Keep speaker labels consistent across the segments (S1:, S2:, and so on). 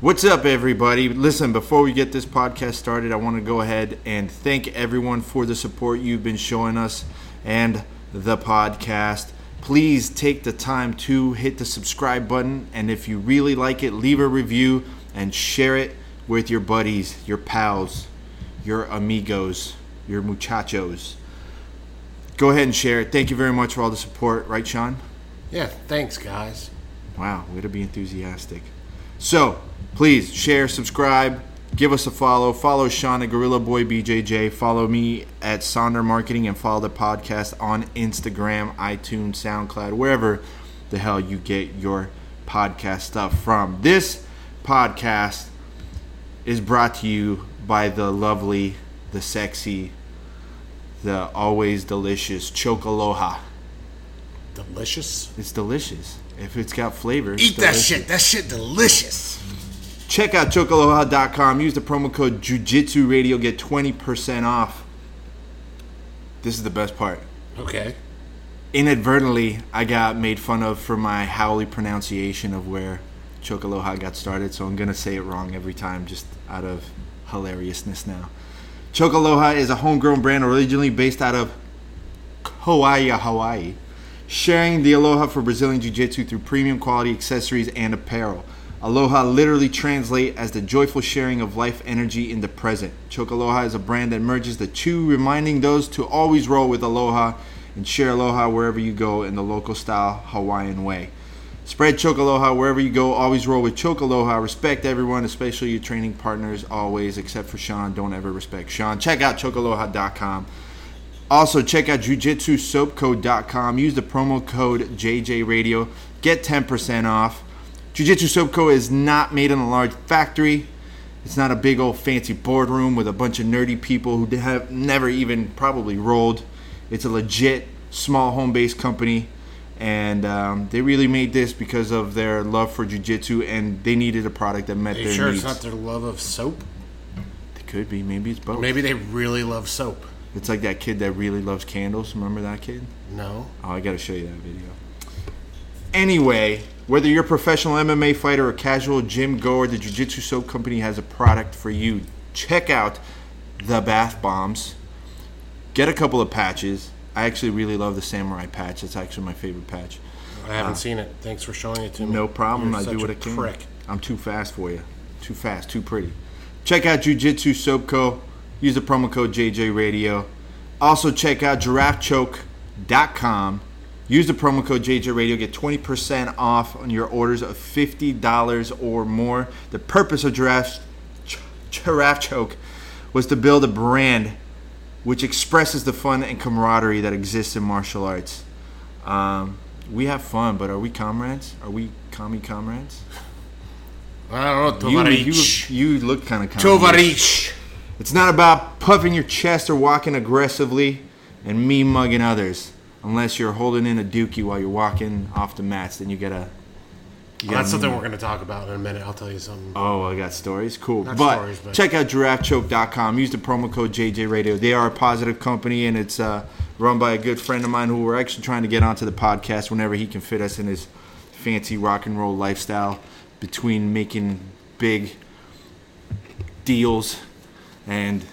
S1: What's up, everybody? Listen, before we get this podcast started, I want to go ahead and thank everyone for the support you've been showing us and the podcast. Please take the time to hit the subscribe button, and if you really like it, leave a review and share it with your buddies, your pals, your amigos, your muchachos. Go ahead and share it. Thank you very much for all the support, right, Sean?
S2: Yeah, thanks, guys.
S1: Wow, way to be enthusiastic. So, please share, subscribe, give us a follow. Follow Sean at Gorilla Boy BJJ. Follow me at Sonder Marketing and follow the podcast on Instagram, iTunes, SoundCloud, wherever the hell you get your podcast stuff from. This podcast is brought to you by the lovely, the sexy, the always delicious Chocoloha.
S2: Delicious.
S1: It's delicious. If it's got flavor, it's
S2: Eat that
S1: delicious.
S2: shit. That shit delicious.
S1: Check out chocoloha.com. Use the promo code Jujitsu Radio. Get 20% off. This is the best part.
S2: Okay.
S1: Inadvertently, I got made fun of for my Howley pronunciation of where Chocoloha got started, so I'm going to say it wrong every time just out of hilariousness now. Chocoloha is a homegrown brand originally based out of Hawaii, Hawaii, sharing the aloha for Brazilian Jiu Jitsu through premium quality accessories and apparel. Aloha literally translate as the joyful sharing of life energy in the present. Choke Aloha is a brand that merges the two, reminding those to always roll with aloha and share aloha wherever you go in the local style Hawaiian way. Spread Choke Aloha wherever you go. Always roll with Choke Aloha. Respect everyone, especially your training partners, always, except for Sean. Don't ever respect Sean. Check out chokealoha.com. Also, check out jujitsusoapco.com. Use the promo code JJRadio. Get 10% off. Jujitsu Soap Co. is not made in a large factory. It's not a big old fancy boardroom with a bunch of nerdy people who have never even probably rolled. It's a legit small home based company. And um, they really made this because of their love for jujitsu and they needed a product that met
S2: Are you
S1: their
S2: sure
S1: needs.
S2: it's not their love of soap?
S1: it could be. Maybe it's both.
S2: Maybe they really love soap.
S1: It's like that kid that really loves candles. Remember that kid?
S2: No.
S1: Oh, I got to show you that video. Anyway, whether you're a professional MMA fighter or casual gym goer, the Jiu Jitsu Soap Company has a product for you. Check out the bath bombs. Get a couple of patches. I actually really love the samurai patch. It's actually my favorite patch.
S2: I
S1: Ah.
S2: haven't seen it. Thanks for showing it to me.
S1: No problem.
S2: You're
S1: I
S2: such
S1: do what
S2: a
S1: I can.
S2: Prick.
S1: I'm too fast for you. Too fast. Too pretty. Check out Jujitsu Soap Co. Use the promo code JJRadio. Also check out GiraffeChoke.com. Use the promo code JJRadio. Get 20% off on your orders of $50 or more. The purpose of Giraffe, Ch- Giraffe Choke was to build a brand which expresses the fun and camaraderie that exists in martial arts. Um, we have fun, but are we comrades? Are we commie comrades?
S2: I don't know.
S1: You, you,
S2: Tovarich.
S1: you look kind of
S2: Tovarich.
S1: It's not about puffing your chest or walking aggressively and me mugging others. Unless you're holding in a dookie while you're walking off the mats, then you gotta. You
S2: That's something we're going to talk about in a minute. I'll tell you something.
S1: Oh, I got stories. Cool.
S2: Not
S1: But,
S2: stories, but-
S1: check out giraffechoke.com. Use the promo code JJRadio. They are a positive company, and it's uh, run by a good friend of mine who we're actually trying to get onto the podcast whenever he can fit us in his fancy rock and roll lifestyle between making big deals and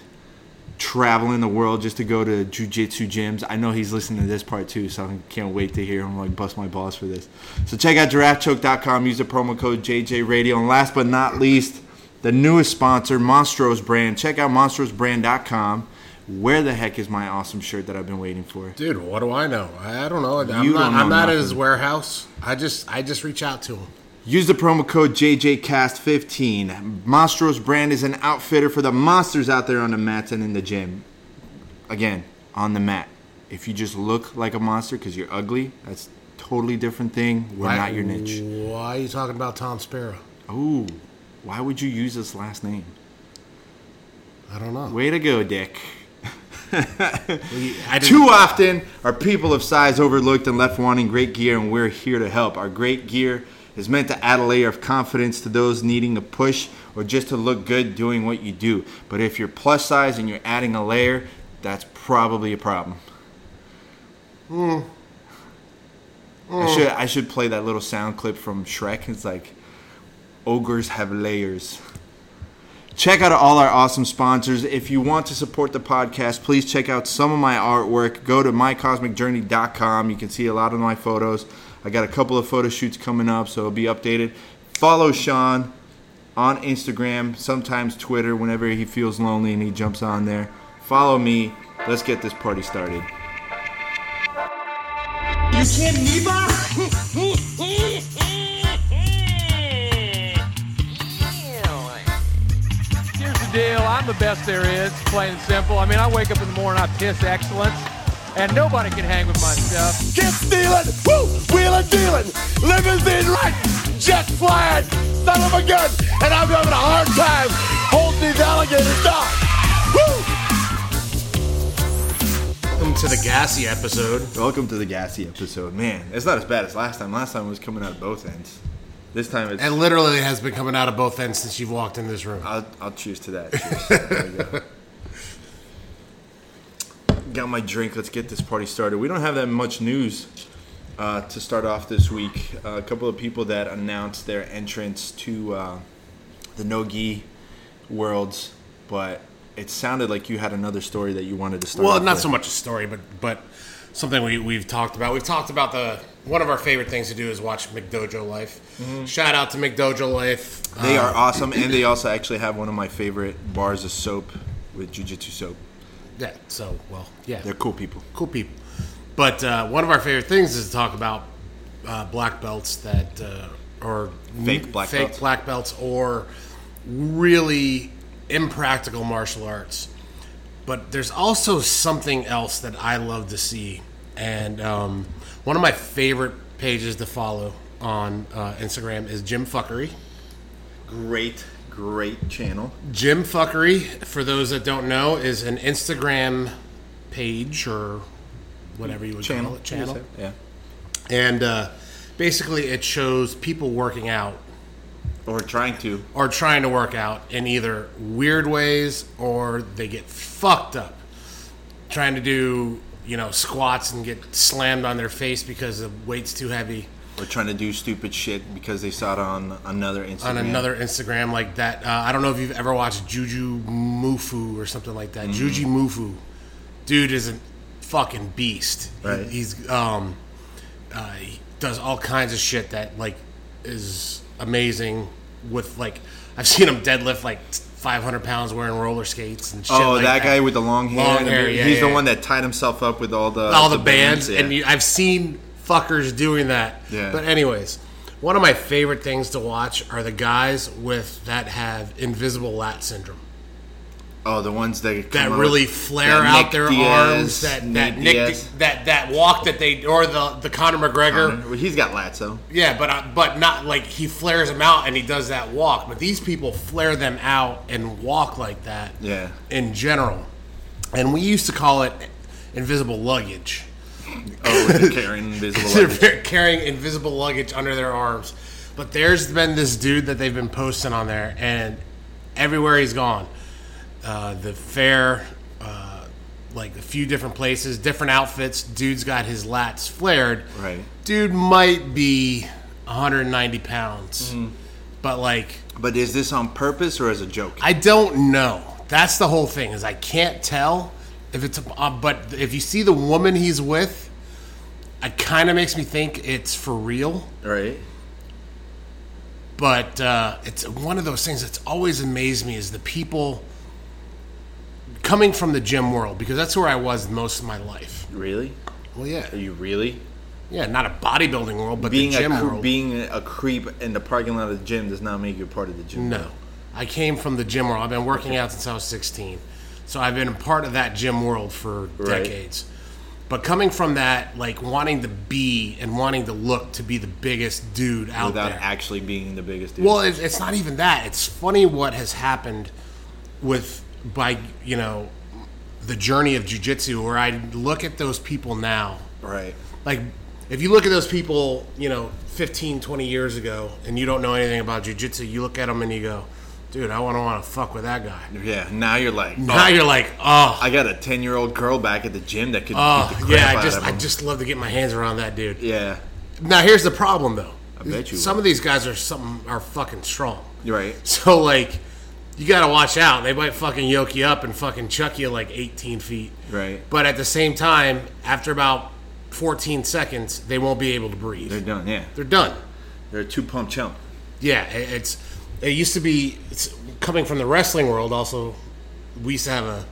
S1: traveling the world just to go to jujitsu gyms. I know he's listening to this part too, so I can't wait to hear him like bust my balls for this. So check out giraffechoke.com, use the promo code JJRadio. And last but not least, the newest sponsor, Monstros Brand. Check out monstrosbrand.com. Where the heck is my awesome shirt that I've been waiting for?
S2: Dude, what do I know? I don't know. I'm not,
S1: You don't know
S2: I'm not at
S1: nothing.
S2: his warehouse. I just I just reach out to him.
S1: Use the promo code JJCast15. Monstros Brand is an outfitter for the monsters out there on the mats and in the gym. Again, on the mat. If you just look like a monster because you're ugly, that's totally different thing. We're not your niche.
S2: Why are you talking about Tom Sparrow?
S1: Oh, why would you use this last name?
S2: I don't know.
S1: Way to go, Dick.
S2: I didn't-
S1: Too often are people of size overlooked and left wanting great gear, and we're here to help. Our great gear is meant to add a layer of confidence to those needing a push or just to look good doing what you do. But if you're plus size and you're adding a layer, that's probably a problem.
S2: Hmm.
S1: I should I should play that little sound clip from Shrek. It's like ogres have layers. Check out all our awesome sponsors. If you want to support the podcast, please check out some of my artwork. Go to mycosmicjourney.com. You can see a lot of my photos. I got a couple of photo shoots coming up, so it'll be updated. Follow Sean on Instagram, sometimes Twitter, whenever he feels lonely and he jumps on there. Follow me. Let's get this party started.
S3: You can't be behind.
S4: Here's the deal. I'm the best there is, plain and simple. I mean, I wake up in the morning, I piss excellence, and nobody can hang with my stuff.
S5: Get stealing, woo, wheeling, dealing, limousine right, jet flying, son of a gun, and I'm having a hard time holding these alligators down. Woo!
S2: Welcome to the gassy episode.
S1: Welcome to the gassy episode. Man, it's not as bad as last time. Last time it was coming out of both ends. This time it's.
S2: It literally has been coming out of both ends since you've walked in this room.
S1: I'll, I'll cheers to that. Cheers. There we go. Got my drink. Let's get this party started. We don't have that much news uh, to start off this week. Uh, a couple of people that announced their entrance to uh, the no gi worlds, but it sounded like you had another story that you wanted to start.
S2: Well,
S1: off
S2: not
S1: with.
S2: so much a story, but but something we we've talked about. We've talked about the one of our favorite things to do is watch McDojo Life. Shout out to McDojo Life. Uh,
S1: They are awesome, and they also actually have one of my favorite bars of soap with jujitsu soap.
S2: Yeah. So well, yeah.
S1: They're cool people.
S2: cool people. But uh, one of our favorite things is to talk about uh, black belts that uh, are
S1: Fake black
S2: fake
S1: belts.
S2: black belts or really impractical martial arts. But there's also something else that I love to see, and um, one of my favorite pages to follow on uh, Instagram is Jim Fuckery.
S1: Great, great channel.
S2: Jim Fuckery, for those that don't know, is an Instagram page or whatever you would
S1: Channel.
S2: call it channel.
S1: Yeah.
S2: and uh, basically it shows people working out
S1: Or trying to.
S2: or trying to work out in either weird ways or they get fucked up trying to do you know squats and get slammed on their face because the weight's too heavy
S1: Or trying to do stupid shit because they saw it on another Instagram.
S2: on another Instagram like that. Uh, I don't know if you've ever watched Juju Mufu or something like
S1: Mm-hmm.
S2: that. Juju Mufu, dude is a fucking beast. He-
S1: Right.
S2: he's um, uh, he does all kinds of shit that like is amazing. With like, I've seen him deadlift like 500 pounds wearing roller skates and shit.
S1: Oh,
S2: like
S1: that, guy with the long hair.
S2: Long
S1: and the
S2: hair,
S1: beard.
S2: yeah,
S1: He's
S2: yeah.
S1: the one that tied himself up with all the
S2: all the, bands,
S1: yeah.
S2: and you, I've seen fuckers doing that.
S1: Yeah.
S2: But anyways, one of my favorite things to watch are the guys with that have invisible lat syndrome
S1: oh, the ones that come
S2: that
S1: out-
S2: really flare
S1: that
S2: out
S1: Nick
S2: their
S1: Diaz,
S2: arms. That that
S1: Nate
S2: Nick
S1: Diaz.
S2: that that walk that they or the the Conor McGregor.
S1: Well, He's got Latzo.
S2: Yeah, but uh, but not like he flares them out and he does that walk. But these people flare them out and walk like that.
S1: Yeah.
S2: In general, and we used to call it invisible luggage.
S1: Oh, with the carrying invisible. legs.
S2: They're carrying invisible luggage under their arms. But there's been this dude that they've been posting on there, and everywhere he's gone, uh, the fair, uh, like a few different places, different outfits. Dude's got his lats flared.
S1: Right.
S2: Dude might be 190 pounds, but like
S1: But is this on purpose or as a joke?
S2: I don't know. That's the whole thing is I can't tell if it's. Uh, but if you see the woman he's with, it kind of makes me think it's for real.
S1: right.
S2: But uh, it's one of those things that's always amazed me is the people coming from the gym world because that's where I was most of my life.
S1: Really?
S2: Well, yeah,
S1: Are you really?
S2: yeah, not a bodybuilding world, but
S1: Being
S2: the
S1: a
S2: gym
S1: cre-
S2: world.
S1: being a creep in the parking lot of the gym does not make you a part of the gym.
S2: No. I came from the gym world. I've been working out since I was 16. So I've been a part of that gym world for
S1: Right.
S2: decades. But coming from that, like wanting to be and wanting to look to be the biggest dude out
S1: Without
S2: there.
S1: actually being the biggest dude.
S2: well, it, it's not even that. It's funny what has happened with, by, you know, the journey of jujitsu where I look at those people now
S1: right.
S2: like if you look at those people you know 15 20 years ago and you don't know anything about jiu-jitsu you look at them and you go dude i want to want to fuck with that guy
S1: Yeah, now you're like, oh,
S2: now you're like oh
S1: I got a ten year old girl back at the gym that could.
S2: oh
S1: beat the crap
S2: yeah i
S1: out
S2: just
S1: of
S2: i
S1: him.
S2: just love to get my hands around that dude
S1: Yeah,
S2: now here's the problem though
S1: I bet you
S2: some
S1: will.
S2: of these guys are something are fucking strong.
S1: Right.
S2: So like, you gotta watch out. They might fucking yoke you up and fucking chuck you like 18 feet.
S1: Right.
S2: But at the same time, after about 14 seconds, they won't be able to breathe.
S1: They're done. Yeah.
S2: They're done.
S1: They're a two pump chump.
S2: Yeah, i- it's it used to be it's coming from the wrestling world. Also, we used to have a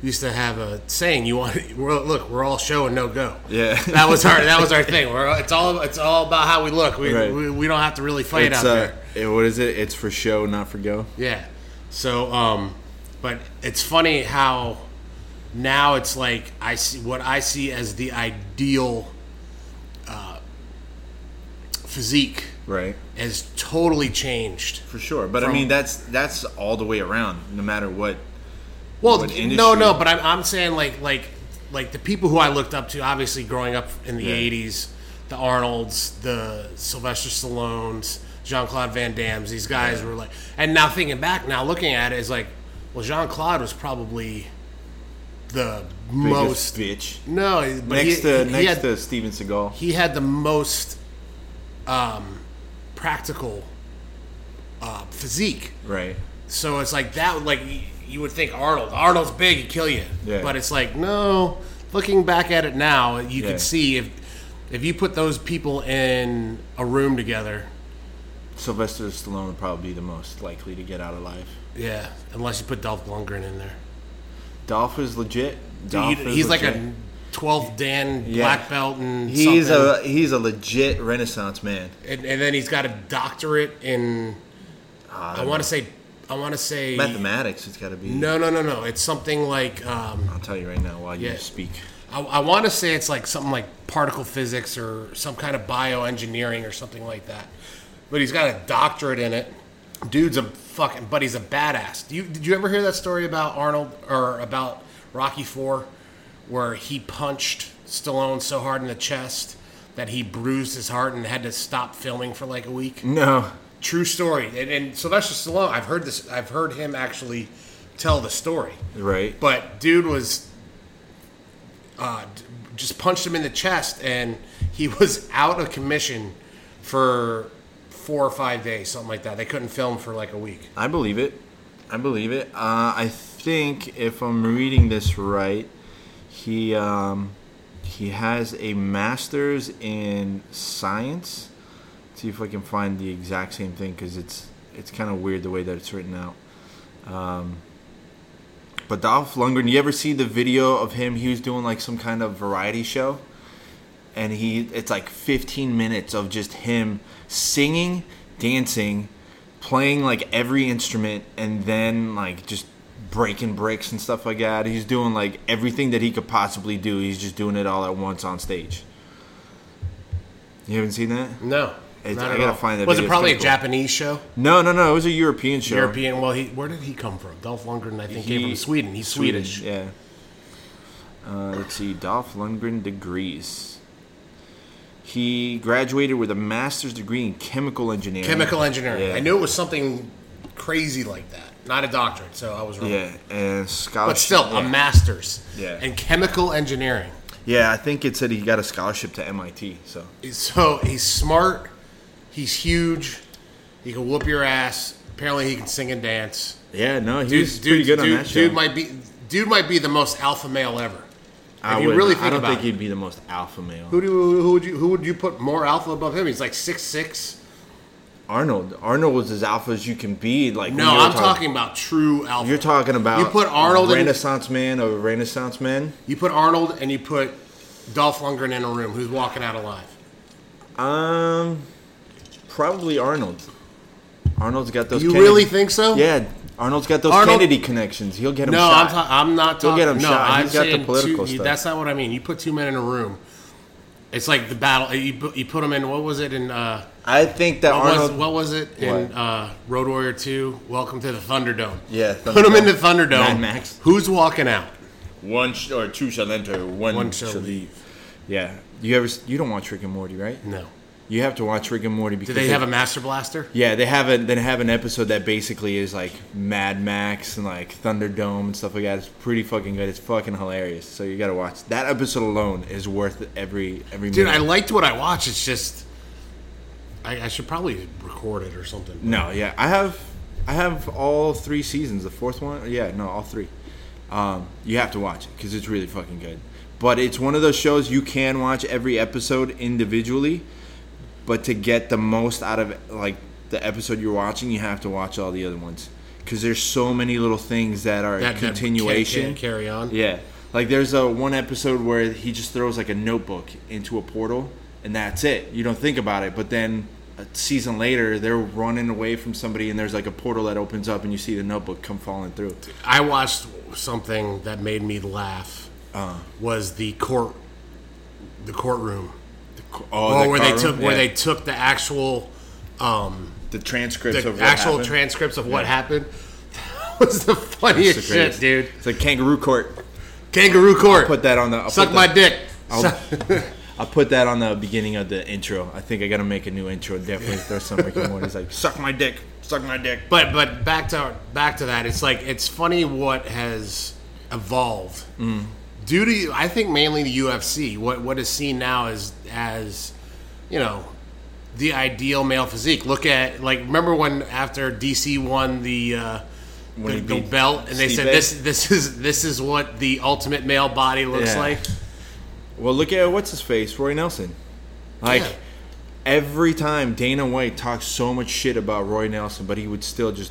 S2: we used to have a saying. You want we're, look, we're all show and no go.
S1: Yeah.
S2: that was our that was our thing. We're, it's all it's all about how we look. We,
S1: Right.
S2: we, we don't have to really fight
S1: it's
S2: out
S1: uh,
S2: there.
S1: it- what is it? It's for show, not for go.
S2: Yeah. So, um, but it's funny how now it's like I see what I see as the ideal uh, physique
S1: Right.
S2: has totally changed.
S1: For sure. But I
S2: From-
S1: mean, that's that's all the way around, no matter what.
S2: Well,
S1: what
S2: no,
S1: industry-
S2: no, but I'm, I'm saying like like like the people who I looked up to, obviously growing up in the
S1: Yeah.
S2: '80s, the Arnold's, the Sylvester Stallones, Jean Claude Van Damme's. These guys were like, and now thinking back, now looking at it is like, well, Jean Claude was probably the most.
S1: Biggest bitch.
S2: No, but
S1: next
S2: he,
S1: to
S2: he
S1: next
S2: had,
S1: to Steven Seagal.
S2: he had the most um, practical uh, physique.
S1: right.
S2: So it's like that. Like y- you would think Arnold. Arnold's big, he'd kill you.
S1: Yeah.
S2: But it's like no. Looking back at it now, you
S1: Yeah.
S2: can see if if you put those people in a room together,
S1: Sylvester Stallone would probably be the most likely to get out alive.
S2: yeah. Unless you put Dolph Lundgren in there,
S1: Dolph is legit.
S2: Dude,
S1: Dolph
S2: you-
S1: is
S2: he's like
S1: legit.
S2: a twelfth Dan
S1: Yeah.
S2: black belt and
S1: He's
S2: something.
S1: a he's a legit Renaissance man.
S2: and, and then he's got a doctorate in.
S1: Ah,
S2: I want to say. I want to say.
S1: Mathematics, it's got to be.
S2: No, no, no, no. It's something like. Um,
S1: I'll tell you right now while you
S2: Yeah.
S1: speak.
S2: I, I want to say it's like something like particle physics or some kind of bioengineering or something like that. But he's got a doctorate in it. Dude's a fucking, but he's a badass. Do you, did you ever hear that story about Arnold or about Rocky Four, where he punched Stallone so hard in the chest that he bruised his heart and had to stop filming for like a week?
S1: No,
S2: True story. And, and Sylvester Stallone, I've heard this. I've heard him actually tell the story.
S1: right?
S2: But dude was uh, d- just punched him in the chest, and he was out of commission for four or five days, something like that. They couldn't film for like a week.
S1: I believe it. I believe it. Uh, I think if I'm reading this right, he um, he has a master's in science. Let's see if I can find the exact same thing because it's it's kind of weird the way that it's written out. Um, but Dolph Lundgren, you ever see the video of him? He was doing like some kind of variety show and he it's like 15 minutes of just him singing, dancing, playing like every instrument and then like just breaking bricks and stuff like that. He's doing like everything that he could possibly do. He's just doing it all at once on stage. You haven't seen that?
S2: No,
S1: It's-
S2: not
S1: I
S2: at
S1: gotta
S2: all.
S1: find that
S2: Was it
S1: video.
S2: probably a
S1: It's pretty cool.
S2: Japanese show?
S1: No, no, no. It was a European show.
S2: European? Well, he, where did he come from? Dolph Lundgren, I think, came from Sweden. He's
S1: Sweden,
S2: Swedish.
S1: Yeah. Uh, let's see. Dolph Lundgren degrees. He graduated with a master's degree in chemical engineering.
S2: Chemical engineering.
S1: Yeah.
S2: I knew it was something crazy like that. Not a doctorate, so I was wrong.
S1: Yeah, and scholarship.
S2: But still,
S1: yeah.
S2: a master's
S1: Yeah.
S2: in chemical engineering.
S1: Yeah, I think it said he got a scholarship to MIT. So
S2: So he's smart. He's huge. He can whoop your ass. Apparently, he can sing and dance.
S1: yeah, no, he
S2: Dude,
S1: was pretty
S2: dude,
S1: good
S2: dude,
S1: on that show.
S2: dude might be dude might be the most alpha male ever.
S1: I,
S2: if you
S1: would-
S2: really think
S1: I don't
S2: about
S1: think
S2: it.
S1: he'd be the most alpha male.
S2: Who do you, who would you who would you put more alpha above him? He's like six six.
S1: Arnold. Arnold was as alpha as you can be. Like
S2: No,
S1: when you were
S2: I'm talking about true alpha.
S1: You're talking about
S2: you put Arnold in,
S1: Renaissance man or Renaissance man.
S2: you put Arnold and you put Dolph Lundgren in a room. Who's walking out alive?
S1: Um, probably Arnold. Arnold's got those.
S2: You
S1: Kennedy-
S2: really think so?
S1: Yeah, Arnold's got those
S2: Arnold-
S1: Kennedy connections. He'll get him
S2: No,
S1: shot.
S2: I'm, ta- I'm not
S1: You'll
S2: talking.
S1: get him
S2: no,
S1: shot.
S2: I'm
S1: He's got the
S2: saying
S1: political
S2: two,
S1: stuff.
S2: That's not what I mean. You put two men in a room. It's like the battle. You put, you put them in. What was it in? Uh,
S1: I think that
S2: what,
S1: Arnold.
S2: was, what was it in
S1: What?
S2: uh, Road Warrior Two? Welcome to the Thunderdome.
S1: Yeah,
S2: put them in the
S1: Thunderdome.
S2: Thunderdome.
S1: Mad Max.
S2: Who's walking out?
S1: one sh- or two shall enter, one,
S2: One shall
S1: shall, leave. Yeah, you ever? s- You don't watch Rick and Morty, right?
S2: No.
S1: You have to watch Rick and Morty because
S2: Do they have a Master Blaster?
S1: Yeah, they have a they have an episode that basically is like Mad Max and like Thunderdome and stuff like that. It's pretty fucking good. It's fucking hilarious. So you gotta watch that episode alone is worth every every.
S2: Dude,
S1: minute.
S2: I liked what I watched. It's just I, I should probably record it or something.
S1: No, yeah, I have, I have all three seasons. The fourth one, yeah, no, all three. Um, you have to watch it because it's really fucking good. But it's one of those shows you can watch every episode individually, but to get the most out of like the episode you're watching, you have to watch all the other ones because there's so many little things that are
S2: That- that can-
S1: continuation.
S2: can carry on.
S1: Yeah. Like there's a one episode where he just throws like a notebook into a portal and that's it. You don't think about it, but then a season later they're running away from somebody and there's like a portal that opens up and you see the notebook come falling through.
S2: I watched something that made me laugh.
S1: Uh.
S2: was the court, the courtroom,
S1: Oh,
S2: or
S1: the
S2: where they
S1: courtroom?
S2: took where
S1: Yeah.
S2: they took the actual, um,
S1: the transcripts
S2: the
S1: of what
S2: actual
S1: happened.
S2: transcripts of what happened. That was the funniest
S1: It's the
S2: shit,
S1: greatest.
S2: dude.
S1: It's like kangaroo court.
S2: Kangaroo court.
S1: Put that on the I'll
S2: Suck
S1: put
S2: my
S1: the-
S2: dick.
S1: I'll, I'll put that on the beginning of the intro. I think I gotta make a new intro. Definitely throw some Rick and Morty's like suck my dick, suck my dick.
S2: But but back to back to that. It's like it's funny what has evolved
S1: Mm.
S2: due to I think mainly the UFC. What what is seen now is as you know the ideal male physique. Look at like remember when after DC won the. Uh,
S1: When he
S2: the, the
S1: beat
S2: belt, and they
S1: Stipe?
S2: said this this is this is what the ultimate male body looks
S1: Yeah.
S2: like.
S1: Well, look at what's his face, Roy Nelson. Like
S2: Yeah.
S1: every time Dana White talks so much shit about Roy Nelson, but he would still just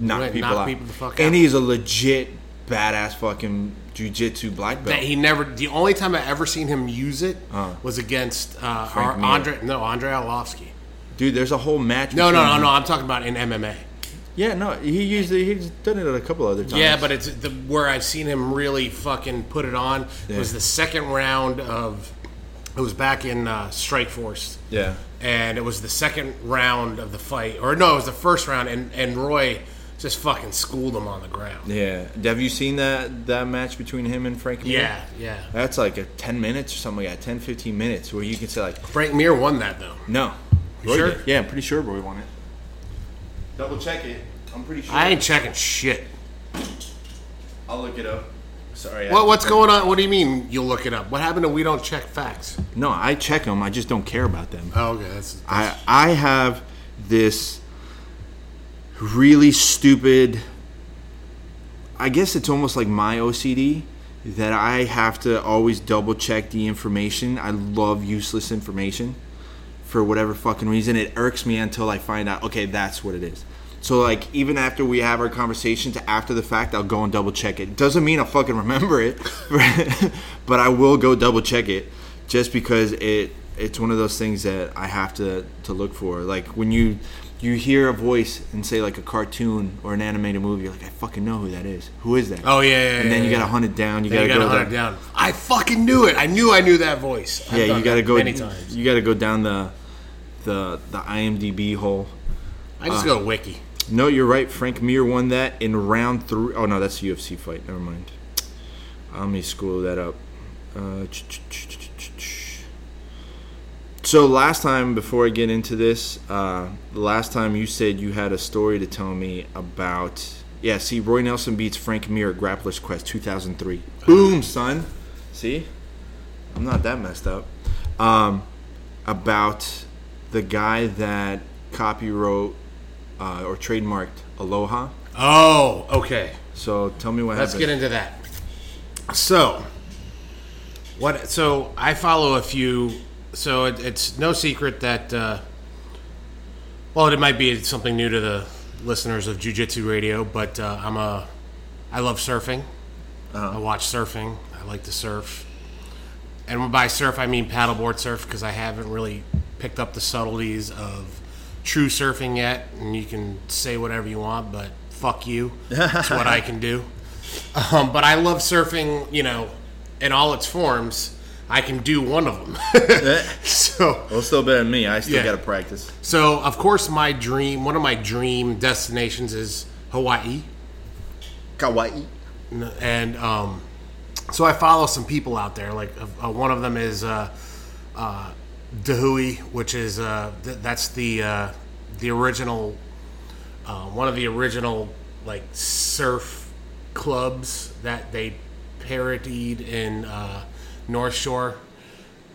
S1: knock
S2: Right,
S1: people
S2: knock
S1: out.
S2: people the fuck
S1: and
S2: out.
S1: he's a legit badass fucking jujitsu black belt.
S2: That he never. The only time I ever seen him use it was against uh,
S1: Frank
S2: our,
S1: Mir.
S2: Andre. No, Andre Arlovsky.
S1: Dude, there's a whole match.
S2: No, no, no,
S1: between-
S2: no. I'm talking about in MMA.
S1: Yeah, no, he used it, he's done it a couple other times.
S2: Yeah, but it's the where I've seen him really fucking put it on
S1: Yeah.
S2: was the second round of it was back in uh, Strike Force.
S1: Yeah.
S2: And it was the second round of the fight, or no, it was the first round, and, and Roy just fucking schooled him on the ground.
S1: yeah. Have you seen that that match between him and Frank? Mir?
S2: Yeah, yeah.
S1: That's like a 10 minutes or something like that, 10, 15 minutes, where you can say like,
S2: Frank Mir won that though.
S1: no,
S2: You
S1: Roy
S2: sure?
S1: did. Yeah, I'm pretty sure Roy won it. Double check it. I'm pretty sure.
S2: I ain't checking shit.
S1: I'll look it up. Sorry.
S2: What what's going on? What do you mean you'll look it up? What happened to we don't check facts?
S1: No, I check them. I just don't care about them.
S2: Oh, okay, that's
S1: I I have this really stupid. I guess it's almost like my OCD that I have to always double check the information. I love useless information for whatever fucking reason. It irks me until I find out. Okay, that's what it is. So like even after we have our conversations after the fact, I'll go and double check it. Doesn't mean I fucking remember it, but I will go double check it just because it it's one of those things that I have to to look for. Like when you you hear a voice and say like a cartoon or an animated movie, you're like I fucking know who that is. Who is that?
S2: Oh, yeah, yeah,
S1: And then
S2: yeah,
S1: you
S2: yeah.
S1: got to hunt it down. You got
S2: you
S1: to
S2: gotta
S1: go
S2: hunt
S1: down.
S2: it down. I fucking knew it. I knew I knew that voice. I've
S1: Yeah,
S2: done
S1: you got to
S2: that
S1: go
S2: many times.
S1: You got to go down the the the IMDb hole.
S2: I just go to wiki.
S1: No, you're right. Frank Mir won that in round three oh no, that's a UFC fight. Never mind. Let me scroll that up. Uh, ch- ch- ch- ch- ch- ch- so last time, before I get into this, uh, the last time you said you had a story to tell me about. Yeah, see, Roy Nelson beats Frank Mir at Grappler's Quest 2003. Boom, son. See, I'm not that messed up. Um, about the guy that copywrote uh, or trademarked Aloha.
S2: Oh, okay.
S1: So tell me what
S2: Let's
S1: happened.
S2: get into that. So, what? So I follow a few. So it, it's no secret that. Uh, well, it might be something new to the listeners of Jiu-Jitsu Radio, but uh, I'm a. I love surfing. I watch surfing. I like to surf, and by surf I mean paddleboard surf because I haven't really picked up the subtleties of true surfing yet. And you can say whatever you want, but fuck you. That's what I can do. Um, but I love surfing, you know, in all its forms. I can do one of them. so,
S1: Well, still better than me. I still
S2: Yeah.
S1: got to practice.
S2: so of course, my dream, one of my dream destinations is Hawaii,
S1: Kawaii.
S2: N- and um, so I follow some people out there. Like uh, uh, one of them is uh, uh, Dahui, which is uh, th- that's the uh, the original uh, one of the original like surf clubs that they parodied in uh, North Shore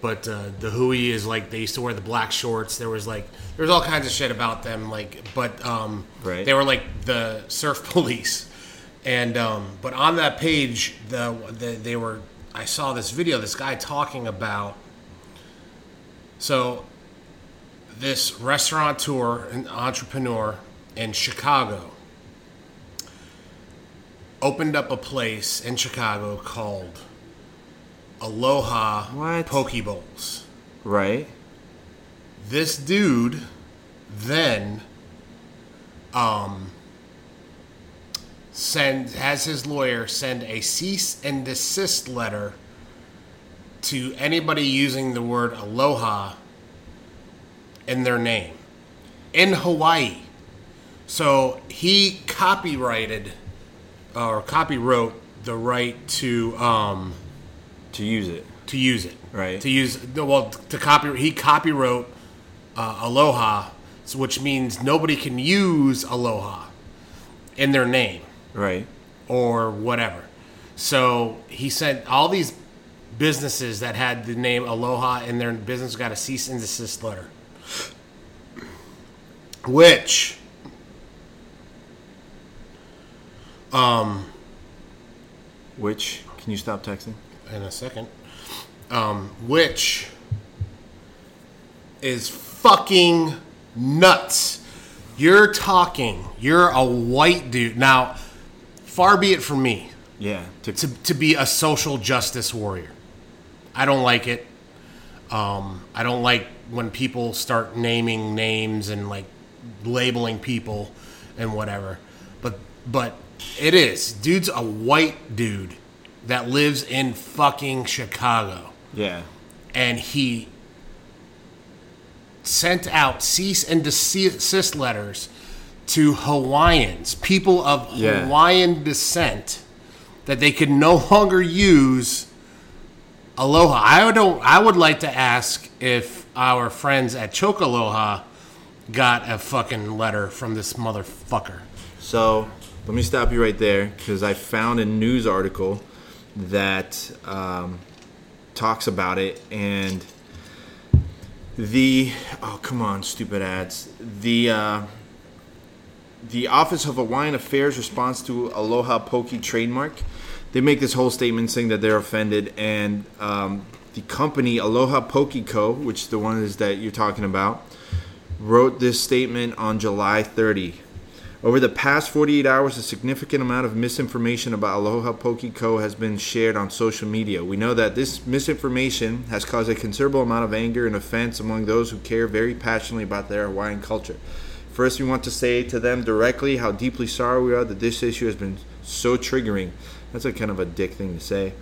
S2: But uh, the Hui is like they used to wear the black shorts. There was like there was all kinds of shit about them. Like, but um,
S1: Right.
S2: they were like the surf police. And um, but on that page, the, the they were. I saw this video. This guy talking about. So, this restaurateur and entrepreneur in Chicago opened up a place in Chicago called Aloha
S1: What?
S2: Poke Bowls.
S1: Right.
S2: This dude then um send has his lawyer send a cease and desist letter to anybody using the word aloha in their name in Hawaii. So he copyrighted or copywrote the right to um,
S1: To use it.
S2: to use it.
S1: Right.
S2: To use no, well to copy he copywrote uh, Aloha, so which means nobody can use Aloha in their name
S1: Right.
S2: or whatever. So he sent all these businesses that had the name Aloha in their business got a cease and desist letter, which um
S1: Which can you stop texting?
S2: in a second, um, which is fucking nuts. You're talking. You're a white dude. Now, far be it from me
S1: Yeah. To,
S2: to, to be a social justice warrior. I don't like it. Um, I don't like when people start naming names and like labeling people and whatever. But but it is. Dude's a white dude that lives in fucking Chicago
S1: yeah.
S2: and he sent out cease and desist letters to Hawaiians, people of
S1: Yeah.
S2: Hawaiian descent, that they could no longer use aloha. I don't. I would like to ask if our friends at Chokaloha got a fucking letter from this motherfucker.
S1: So let me stop you right there because I found a news article that um, talks about it and the oh come on stupid ads the uh, the Office of Hawaiian Affairs response to Aloha Poke trademark. They make this whole statement saying that they're offended, and um, the company Aloha Poke Co., which the one is that you're talking about, wrote this statement on July 30. Over the past 48 hours, a significant amount of misinformation about Aloha Poke Co. has been shared on social media. We know that this misinformation has caused a considerable amount of anger and offense among those who care very passionately about their Hawaiian culture. First, we want to say to them directly how deeply sorry we are that this issue has been so triggering. That's a kind of a dick thing to say.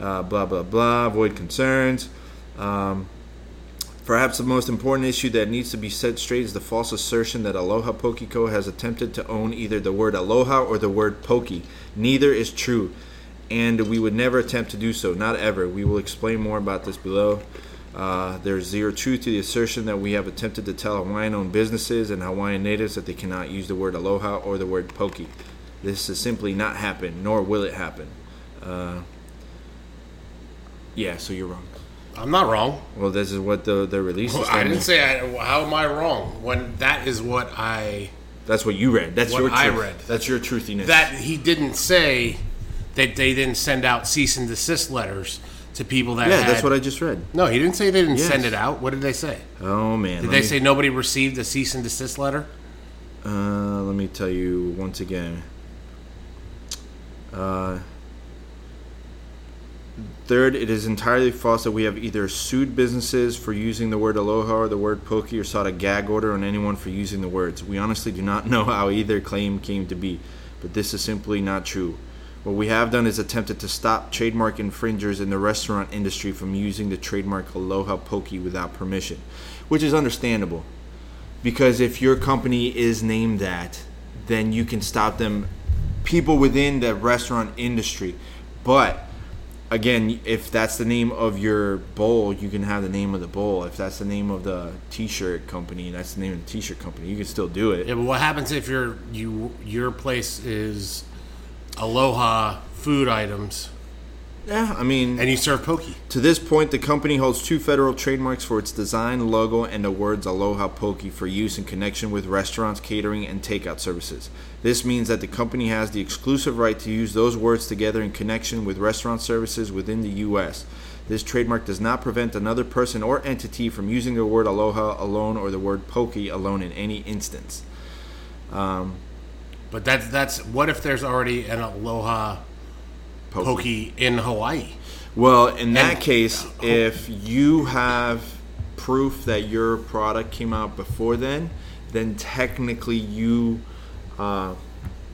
S1: Uh, blah, blah, blah. Avoid concerns. Perhaps the most important issue that needs to be set straight is the false assertion that Aloha Pokiko has attempted to own either the word Aloha or the word Poki. Neither is true, and we would never attempt to do so, not ever. We will explain more about this below. Uh, there's zero truth to the assertion that we have attempted to tell Hawaiian owned businesses and Hawaiian natives that they cannot use the word Aloha or the word Poki. This has simply not happened, nor will it happen. Uh, yeah, so you're wrong.
S2: I'm not wrong.
S1: Well, this is what the, the release is.
S2: I didn't say. I, how am I wrong? When that is what I.
S1: That's what you read. That's
S2: What
S1: your. Truth.
S2: I read.
S1: That's your truthiness.
S2: that he didn't say that they didn't send out cease and desist letters to people that
S1: yeah,
S2: had-
S1: that's what I just read.
S2: no he didn't say they didn't
S1: Yes.
S2: send it out what did they say
S1: Oh man.
S2: did
S1: let
S2: they
S1: me,
S2: say nobody received a cease and desist letter
S1: Uh, let me tell you once again. Uh, third, it is entirely false that we have either sued businesses for using the word aloha or the word pokey or sought a gag order on anyone for using the words. We honestly do not know how either claim came to be, but this is simply not true. What we have done is attempted to stop trademark infringers in the restaurant industry from using the trademark Aloha Pokey without permission, which is understandable because if your company is named that, then you can stop them. People within the restaurant industry, but again, if that's the name of your bowl, you can have the name of the bowl. If that's the name of the T-shirt company, that's the name of the T-shirt company. You can still do it.
S2: yeah, but what happens if your you your place is aloha food items
S1: Yeah, I mean,
S2: and you serve pokey.
S1: to this point, the company holds two federal trademarks for its design, logo, and the words Aloha Pokey for use in connection with restaurants, catering, and takeout services. This means that the company has the exclusive right to use those words together in connection with restaurant services within the U.S. This trademark does not prevent another person or entity from using the word Aloha alone or the word Pokey alone in any instance.
S2: But that's that's what if there's already an Aloha pokey in Hawaii?
S1: Well, in that
S2: And-
S1: case, if you have proof that your product came out before then, then technically you uh,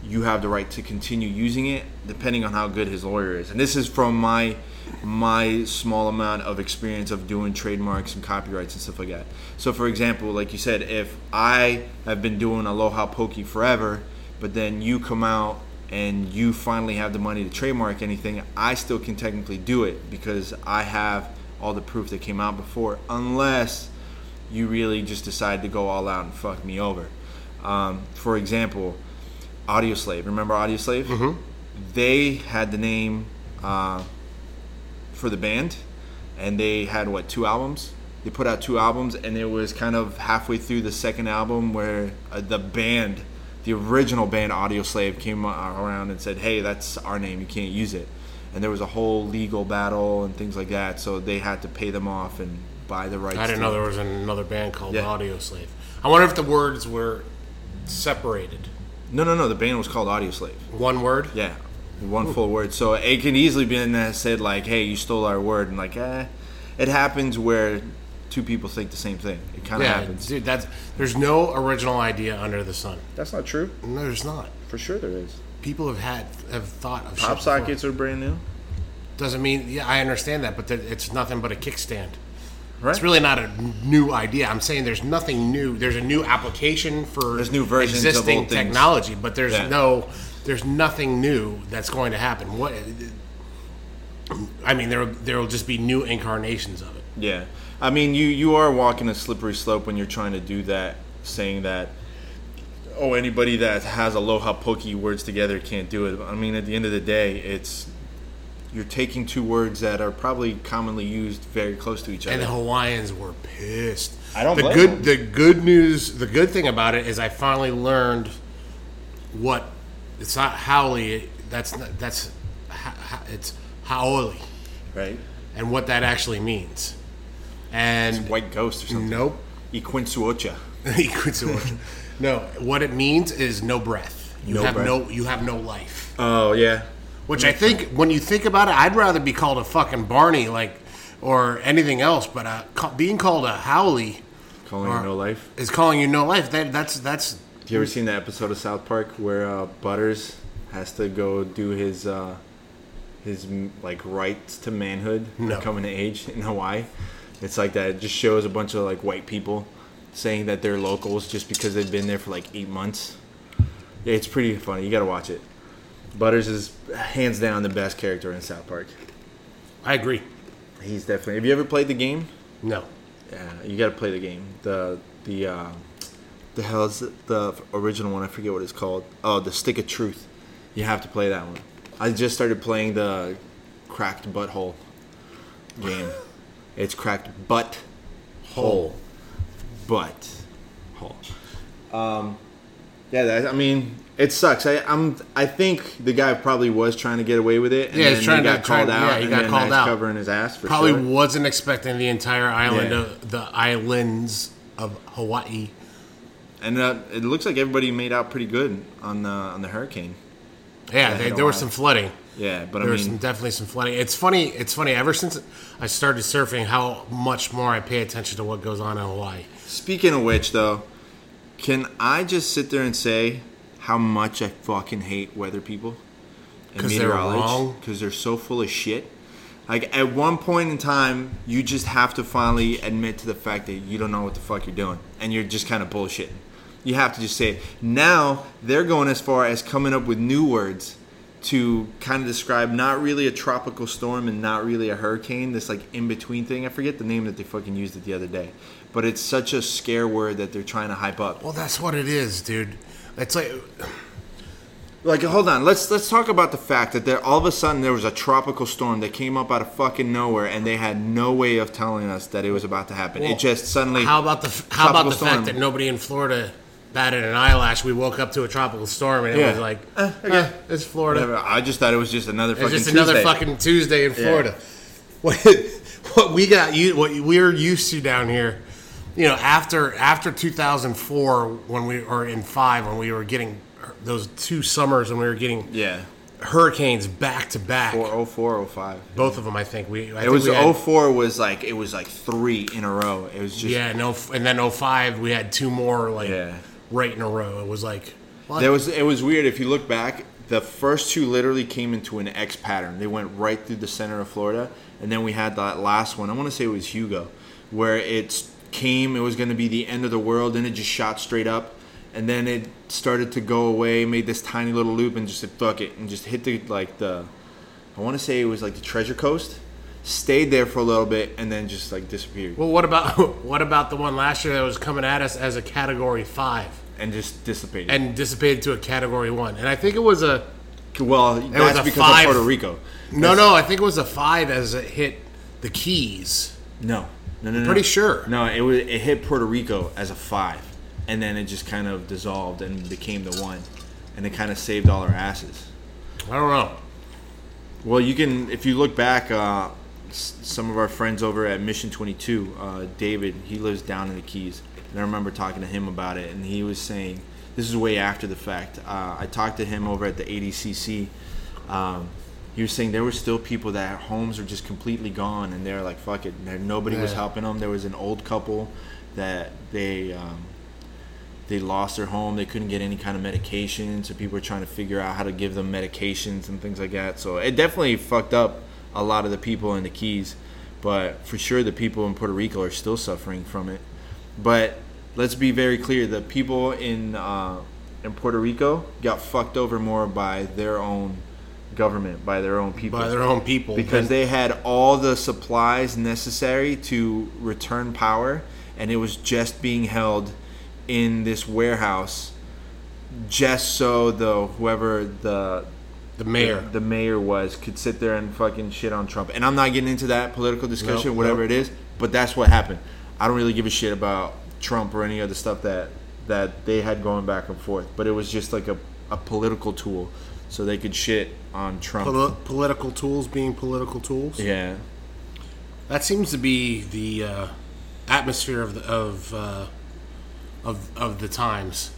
S1: you have the right to continue using it, depending on how good his lawyer is. And this is from my my small amount of experience of doing trademarks and copyrights and stuff like that. So, for example, like you said, if I have been doing Aloha Pokey forever, but then you come out and you finally have the money to trademark anything, I still can technically do it because I have all the proof that came out before, unless you really just decide to go all out and fuck me over. Um, for example, Audio Slave. Remember Audio Slave? Mm-hmm. They had the name uh, for the band, and they had what two albums? They put out two albums, and it was kind of halfway through the second album where uh, the band, the original band Audio Slave, came a- around and said, "Hey, that's our name. You can't use it." And there was a whole legal battle and things like that, so they had to pay them off and buy the rights.
S2: I
S1: to
S2: didn't know
S1: it.
S2: there was another band called
S1: Yeah.
S2: Audio Slave. I wonder if the words were separated.
S1: No, no, no. The band was called Audio Slave.
S2: One word.
S1: Yeah, one full word. So it can easily be in that said like, "Hey, you stole our word," and like, eh, it happens where two people think the same thing. It kind of
S2: Yeah,
S1: happens.
S2: dude, that's there's no original idea under the sun.
S1: That's not true.
S2: No, there's not.
S1: For sure, there is.
S2: People have had have thought of
S1: Pop
S2: shit before.
S1: sockets are brand new.
S2: Doesn't mean yeah, I understand that, but that it's nothing but a kickstand.
S1: Right.
S2: It's really not a new idea. I'm saying there's nothing new. There's a new application for
S1: There's new versions of
S2: existing
S1: old things.
S2: technology, but there's
S1: Yeah.
S2: no there's nothing new that's going to happen. What I mean, there there will just be new incarnations of it.
S1: Yeah, I mean, you you are walking a slippery slope when you're trying to do that, saying that. Oh, anybody that has aloha pokey words together can't do it. I mean, at the end of the day, it's you're taking two words that are probably commonly used very close to each other.
S2: And the Hawaiians were pissed.
S1: I don't
S2: the
S1: blame
S2: good
S1: them.
S2: the good news the good thing about it is I finally learned what it's not Howley that's not, that's ha- ha- it's Howley
S1: right?
S2: and what that actually means. And
S1: White ghost or something.
S2: nope,
S1: Iquinsuocha.
S2: He quits the orchard. no, what it means is no breath. You
S1: No
S2: have
S1: breath.
S2: no you have no life.
S1: Oh yeah.
S2: Which I think when you think about it, I'd rather be called a fucking Barney like or anything else, but uh, ca- being called a Howley
S1: Calling
S2: Or-
S1: it no life.
S2: is calling you no life. That that's that's
S1: Have you ever seen that episode of South Park where uh, Butters has to go do his uh, his m- like rights to manhood,
S2: No.
S1: coming to age in Hawaii? It's like that. It just shows a bunch of like white people saying that they're locals just because they've been there for like eight months. Yeah, it's pretty funny. You gotta watch it. Butters is hands down the best character in South Park.
S2: I agree.
S1: He's definitely. Have you ever played the game?
S2: No.
S1: Yeah, you got to play the game. The the uh, the hell is it? the original one? I forget what it's called. Oh, the Stick of Truth. You have to play that one. I just started playing the Cracked Butthole game. it's Cracked Butt Hole, but hole. Um, yeah, that, I mean, it sucks. I I'm I think the guy probably was trying to get away with it. And
S2: Yeah, he's
S1: then
S2: trying
S1: he
S2: to-
S1: got called
S2: trying-
S1: out.
S2: yeah, he
S1: and
S2: got
S1: then
S2: called
S1: that's
S2: out.
S1: covering his ass for
S2: Probably
S1: sure.
S2: wasn't expecting the entire island
S1: Yeah.
S2: of the islands of Hawaii.
S1: And uh, it looks like everybody made out pretty good on the on the hurricane.
S2: Yeah,
S1: hit
S2: they,
S1: a
S2: there was
S1: lot.
S2: some flooding.
S1: Yeah, but
S2: There
S1: I
S2: was
S1: mean,
S2: some, definitely some flooding. It's funny. It's funny. Ever since I started surfing, how much more I pay attention to what goes on in Hawaii.
S1: speaking of which, though, can I just sit there and say how much I fucking hate weather people?
S2: 'Cause they're wrong.
S1: because they're so full of shit. Like at one point in time, you just have to finally admit to the fact that you don't know what the fuck you're doing, and you're just kind of bullshitting. You have to just say. it. Now they're going as far as coming up with new words to kind of describe not really a tropical storm and not really a hurricane. This like in between thing. I forget the name that they fucking used it the other day, but it's such a scare word that they're trying to hype up.
S2: Well, that's what it is, dude. It's like
S1: Like, hold on. Let's let's talk about the fact that there all of a sudden there was a tropical storm that came up out of fucking nowhere, and they had no way of telling us that it was about to happen.
S2: Well,
S1: it just suddenly.
S2: How about the f- how about
S1: Tropical
S2: the
S1: storm.
S2: fact that nobody in Florida batted an eyelash? We woke up to a tropical storm and it
S1: Yeah.
S2: was like,
S1: Eh, okay.
S2: eh, it's Florida.
S1: Whatever. I just thought it was just another
S2: It's
S1: fucking.
S2: just another
S1: Tuesday.
S2: fucking Tuesday in Florida. What, what we got you what we're used to down here, you know, after after 2004 when we or in 5 when we were getting those two summers when we were getting
S1: Yeah.
S2: hurricanes back to back.
S1: Or 04, 05.
S2: Both of them I think we I
S1: It was
S2: we had,
S1: 04 was like it was like three in a row. It was just
S2: Yeah, no and then 05 we had two more like
S1: Yeah.
S2: right in a row. It was like what?
S1: There was it was weird. If you look back, the first two literally came into an X pattern. They went right through the center of Florida, and then we had that last one. I want to say it was Hugo, where it came. It was going to be the end of the world, and it just shot straight up, and then it started to go away. Made this tiny little loop, and just said fuck it, and just hit the like the. I want to say it was like the Treasure Coast. Stayed there for a little bit, and then just like disappeared,
S2: Well, what about what about the one last year that was coming at us as a category 5
S1: and just dissipated.
S2: and dissipated to a category 1? And I think it was a
S1: well,
S2: was
S1: that's
S2: a
S1: because
S2: five-
S1: of Puerto Rico.
S2: No, no, I think it was a five as it hit the keys.
S1: No, no, no. no.
S2: Pretty sure.
S1: No, it was it hit Puerto Rico as a five, and then it just kind of dissolved and became the one, and it kind of saved all our asses.
S2: I don't know.
S1: Well, you can if you look back. Uh, s- some of our friends over at Mission 22, uh, David, he lives down in the Keys, and I remember talking to him about it, and he was saying, "This is way after the fact." Uh, I talked to him over at the ADCC. Um, he was saying there were still people that homes were just completely gone, and they're like, "Fuck it," and there- nobody was
S2: Yeah.
S1: helping them. There was an old couple that they um, they lost their home. They couldn't get any kind of medication, so people were trying to figure out how to give them medications and things like that. So it definitely fucked up a lot of the people in the Keys, but for sure the people in Puerto Rico are still suffering from it. But let's be very clear: the people in uh, in Puerto Rico got fucked over more by their own government, by their own people,
S2: By their own people.
S1: because they had all the supplies necessary to return power and it was just being held in this warehouse just so the whoever the
S2: the mayor.
S1: the mayor was could sit there and fucking shit on Trump. And I'm not getting into that political discussion,
S2: Nope,
S1: whatever
S2: nope.
S1: it is, but that's what happened. I don't really give a shit about Trump or any other stuff that that they had going back and forth, but it was just like a, a political tool so they could shit on Trump.
S2: Poli- political tools being political tools.
S1: yeah.
S2: That seems to be the uh, atmosphere of the, of, uh, of of the times.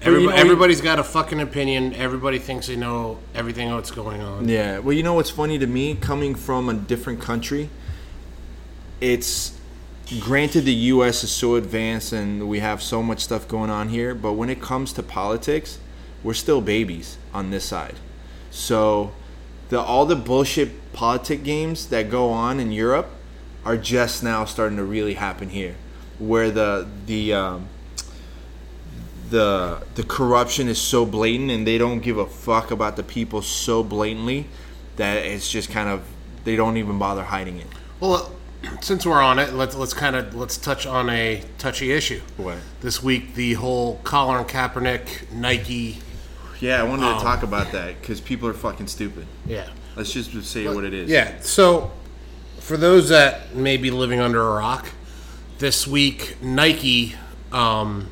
S1: you
S2: Everybody,
S1: know, we-
S2: everybody's got a fucking opinion. Everybody thinks they know everything that's going on.
S1: Yeah. Well, you know what's funny to me, coming from a different country, it's granted the U.S. is so advanced and we have so much stuff going on here, but when it comes to politics, we're still babies on this side. So, the all the bullshit politic games that go on in Europe are just now starting to really happen here, where the the um, the the corruption is so blatant and they don't give a fuck about the people so blatantly that it's just kind of they don't even bother hiding it.
S2: Well, uh, since we're on it, let's let's kind of let's touch on a touchy issue.
S1: What?
S2: This week, the whole Colin Kaepernick Nike.
S1: Yeah, I
S2: Oh.
S1: wanted to talk about that because people are fucking stupid.
S2: Yeah.
S1: Let's just say what it is.
S2: Yeah. So, for those that may be living under a rock, this week Nike um,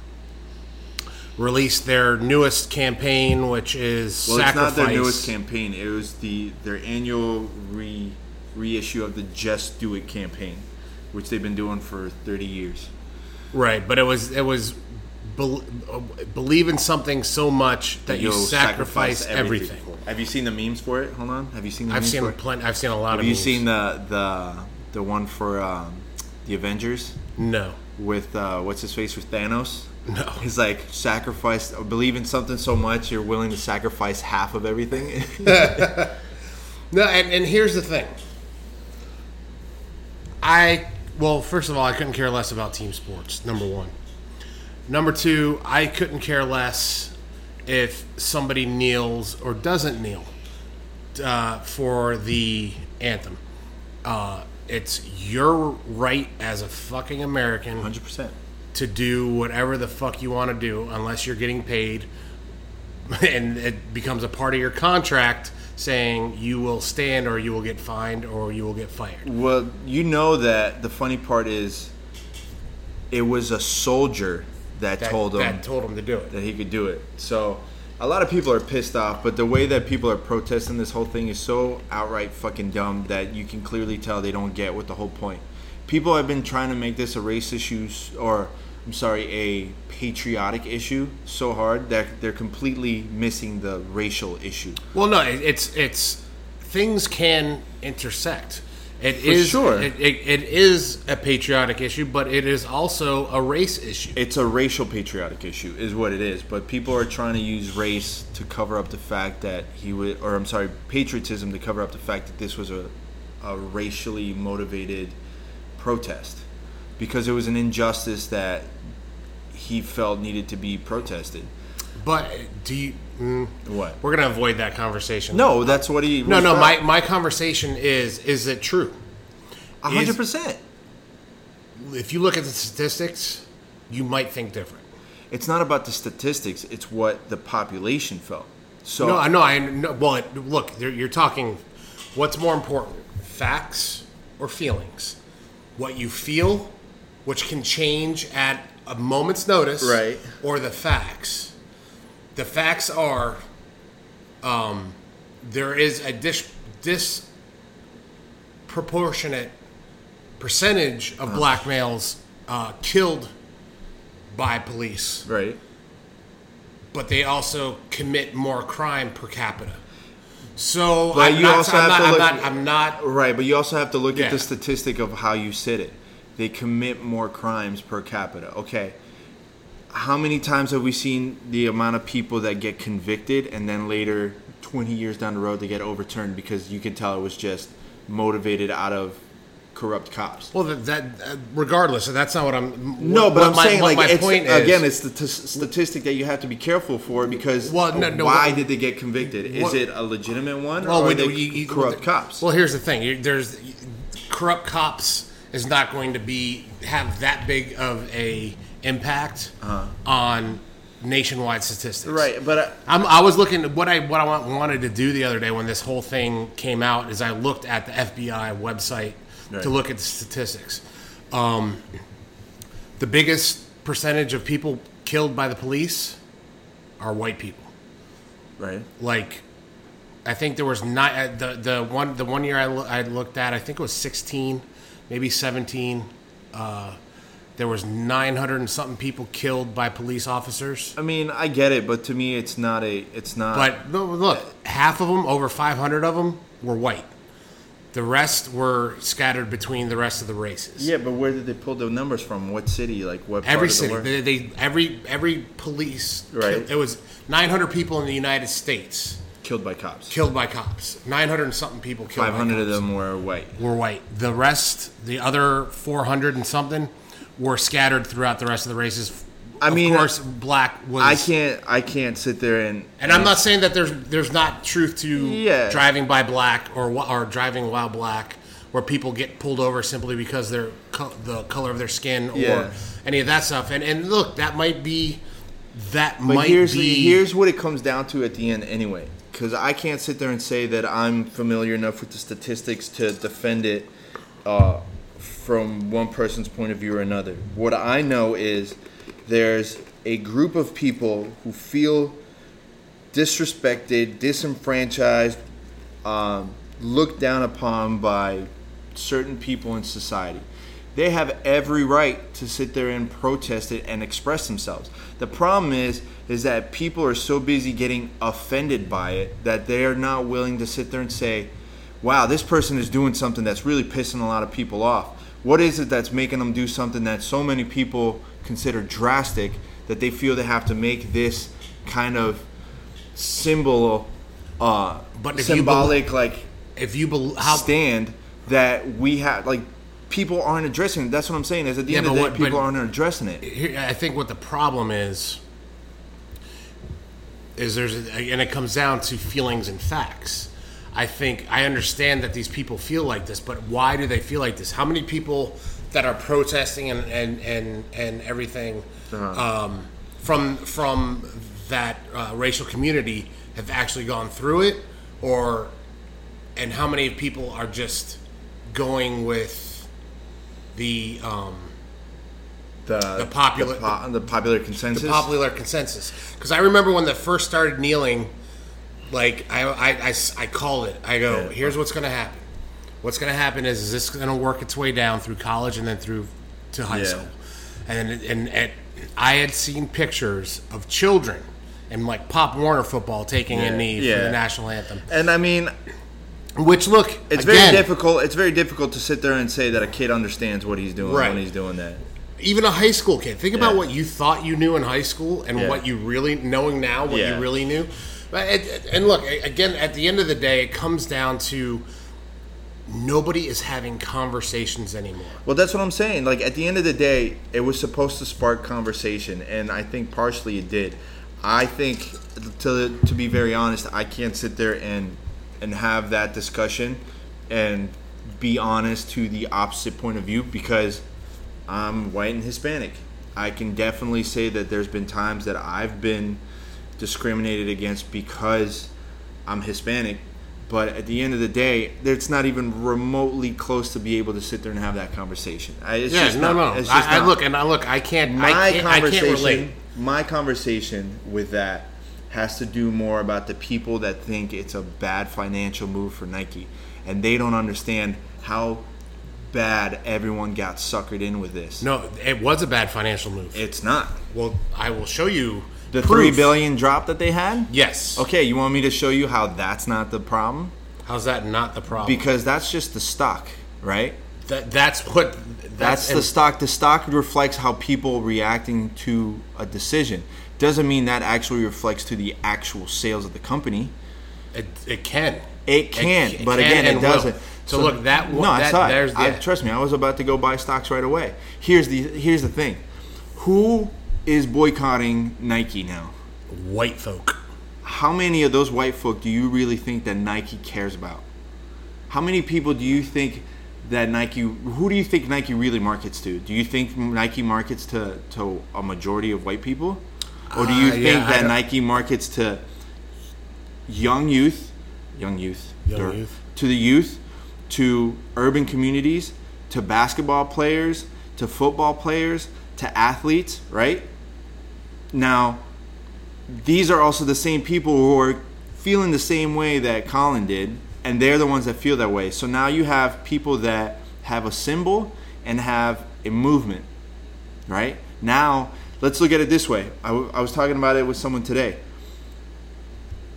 S2: released their newest campaign, which is
S1: Well,
S2: sacrifice.
S1: it's not their newest campaign. It was the their annual re reissue of the Just Do It campaign, which they've been doing for 30 years.
S2: Right, but it was it was bel uh, believe in something so much that you
S1: You'll
S2: sacrifice, everything.
S1: for it. Have you seen the memes for it? Hold on. Have you seen the
S2: I've
S1: memes
S2: seen
S1: for it?
S2: plenty. I've seen a lot of.
S1: Have you
S2: memes.
S1: seen the the the one for um, the Avengers
S2: No.
S1: with uh, what's his face with Thanos?
S2: No.
S1: He's like sacrifice. Believe in something so much you're willing to sacrifice half of everything.
S2: No, and, and here's the thing. I well, first of all, I couldn't care less about team sports. Number one. Number two, I couldn't care less if somebody kneels or doesn't kneel uh, for the anthem. Uh, it's your right as a fucking American
S1: Hundred percent.
S2: to do whatever the fuck you want to do unless you're getting paid and it becomes a part of your contract saying you will stand or you will get fined or you will get fired.
S1: Well, you know that the funny part is, it was a soldier that,
S2: That,
S1: told him
S2: that told him to do it.
S1: that he could do it. So a lot of people are pissed off, but the way that people are protesting this whole thing is so outright fucking dumb that you can clearly tell they don't get what the whole point. People have been trying to make this a race issue s- or I'm sorry, a patriotic issue so hard that they're completely missing the racial issue.
S2: Well, no, it, it's it's things can intersect. It is
S1: sure.
S2: It, it, it is a patriotic issue, but it is also a race issue.
S1: It's a racial patriotic issue is what it is, but people are trying to use race to cover up the fact that he would or I'm sorry, patriotism to cover up the fact that this was a a racially motivated protest because it was an injustice that he felt needed to be protested.
S2: But do you? Mm,
S1: What?
S2: We're gonna avoid that conversation.
S1: No, that's what he
S2: no,
S1: was
S2: no.
S1: about.
S2: My my conversation is is it true?
S1: A
S2: is-
S1: 100%.
S2: If you look at the statistics, you might think different.
S1: It's not about the statistics, it's what the population felt. So
S2: No, I know. I know. Well, it, look, you're you're talking. What's more important, facts or feelings? What you feel, which can change at a moment's notice,
S1: Right.
S2: Or the facts. The facts are, um, there is a dis- disproportionate percentage of black males uh, killed by police
S1: right.
S2: but they also commit more crime per capita. So
S1: But
S2: I'm,
S1: you
S2: not,
S1: also have
S2: I'm, not,
S1: to
S2: I'm,
S1: look-
S2: not, I'm not.
S1: Right, but you also have to look at
S2: Yeah.
S1: the statistic of how you said it. They commit more crimes per capita. Okay. How many times have we seen the amount of people that get convicted and then later 20 years down the road they get overturned because you can tell it was just motivated out of corrupt cops.
S2: Well, that, that uh, regardless, that's not what I'm.
S1: no,
S2: what-
S1: but
S2: what
S1: I'm
S2: my-
S1: saying
S2: what
S1: like
S2: my
S1: it's,
S2: point is-
S1: again, it's the t- statistic that you have to be careful for because
S2: Well, no, no,
S1: why
S2: what-
S1: did they get convicted? Is
S2: what-
S1: it a legitimate one
S2: well,
S1: or
S2: we
S1: are they
S2: oh, you- you-
S1: corrupt cops?
S2: Well, here's the thing: You- there's corrupt cops is not going to be have that big of a impact on nationwide statistics,
S1: right, but I,
S2: I'm, I was looking what I what I want, wanted to do the other day when this whole thing came out is I looked at the FBI website
S1: Right.
S2: to look at the statistics. Um, the biggest percentage of people killed by the police are white people.
S1: right.
S2: Like, I think there was not uh, the the one the one year I, loo- I looked at I think it was 16, maybe 17. Uh, there was 900 and something people killed by police officers.
S1: I mean, I get it, but to me, it's not a. It's not.
S2: But Uh, no, look, half of them, over 500 of them, were white. The rest were scattered between the rest of the races.
S1: yeah, but where did they pull the numbers from? What city? Like what? part
S2: Every
S1: of the
S2: city,
S1: world?
S2: they, they every every police.
S1: Right.
S2: It was 900 people in the United States
S1: killed by cops.
S2: killed by cops. 900 and something people killed.
S1: Five hundred of
S2: by cops
S1: them were white.
S2: were white. The rest, the other 400 and something, were scattered throughout the rest of the races.
S1: I
S2: of
S1: mean,
S2: course, black was.
S1: I can't. I can't sit there and.
S2: And I'm not saying that there's there's not truth to
S1: Yeah.
S2: driving by black or wh- or driving while black, where people get pulled over simply because they're co- the color of their skin or
S1: Yeah.
S2: any of that stuff. And and look, that might be that
S1: But
S2: might
S1: here's
S2: be
S1: here's what it comes down to at the end, anyway. Because I can't sit there and say that I'm familiar enough with the statistics to defend it uh, from one person's point of view or another. What I know is there's a group of people who feel disrespected, disenfranchised, um, looked down upon by certain people in society. They have every right to sit there and protest it and express themselves. The problem is, is that people are so busy getting offended by it that they are not willing to sit there and say, "Wow, this person is doing something that's really pissing a lot of people off." What is it that's making them do something that so many people consider drastic that they feel they have to make this kind of symbol, uh,
S2: But if you
S1: symbolic like
S2: if you bel how
S1: stand that we have like people aren't addressing it. that's what i'm saying is at the
S2: Yeah,
S1: end of
S2: but
S1: the day
S2: what-
S1: people
S2: but-
S1: aren't addressing it
S2: here, I think what the problem is is there's and it comes down to feelings and facts. I think I understand that these people feel like this, but why do they feel like this? How many people that are protesting and and and, and everything um, from from that uh, racial community have actually gone through it, or and how many people are just going with the um,
S1: The,
S2: The popular-
S1: the, po- the popular consensus.
S2: the popular consensus. Because I remember when the first started kneeling, like I, I, I s- I called it. I go,
S1: Yeah.
S2: here's what's going to happen. What's going to happen is, is this going to work its way down through college and then through to high
S1: Yeah.
S2: school. And and, and I had seen pictures of children and like Pop Warner football taking
S1: Yeah.
S2: a knee for
S1: Yeah.
S2: the national anthem.
S1: and I mean,
S2: Which look,
S1: it's
S2: again,
S1: very difficult. It's very difficult to sit there and say that a kid understands what he's doing
S2: Right.
S1: when he's doing that.
S2: even a high school kid. Think about
S1: Yeah.
S2: what you thought you knew in high school and
S1: Yeah.
S2: what you really knowing now what
S1: Yeah.
S2: you really knew. But it, and look a- again at the end of the day, it comes down to nobody is having conversations anymore.
S1: Well, that's what I'm saying. Like at the end of the day, it was supposed to spark conversation, and I think partially it did. I think to to be very honest, I can't sit there and and have that discussion and be honest to the opposite point of view because I'm white and Hispanic. I can definitely say that there's been times that I've been discriminated against because I'm Hispanic. But at the end of the day, it's not even remotely close to be able to sit there and have that conversation. I, it's
S2: yeah,
S1: just
S2: no,
S1: not-
S2: no.
S1: it's just
S2: I, I
S1: not.
S2: look and I look. I can't. I
S1: My
S2: can't, I
S1: conversation,
S2: can't relate.
S1: my conversation with that has to do more about the people that think it's a bad financial move for Nike, and they don't understand how bad everyone got suckered in with this.
S2: No, it was a bad financial move.
S1: It's not.
S2: well, I will show you
S1: The
S2: proof.
S1: three billion drop that they had.
S2: Yes. Okay.
S1: Okay, you want me to show you how that's not the problem?
S2: How's that not the problem?
S1: Because that's just the stock, right?
S2: that, that's what.
S1: That's the
S2: and-
S1: stock. The stock reflects how people reacting to a decision. Doesn't mean that actually reflects to the actual sales of the company.
S2: It, it can.
S1: It can,
S2: c-
S1: but
S2: can
S1: again,
S2: and
S1: it
S2: will.
S1: doesn't.
S2: So, look, that
S1: no, I
S2: that,
S1: saw it.
S2: There's the,
S1: I- trust me, I was about to go buy stocks right away. Here's the here's the thing. Who is boycotting Nike now?
S2: white folk.
S1: how many of those white folk do you really think that Nike cares about? How many people do you think that Nike, who do you think Nike really markets to? Do you think Nike markets to, to a majority of white people? Or do you
S2: Uh,
S1: think
S2: yeah, I
S1: that
S2: don't-
S1: Nike markets to young youth, young youth,
S2: Young
S1: der-
S2: youth.
S1: to the youth, to urban communities, to basketball players, to football players, to athletes, right? Now, these are also the same people who are feeling the same way that Colin did, and they're the ones that feel that way. So now you have people that have a symbol and have a movement, right? Now, let's look at it this way. I, w- I was talking about it with someone today.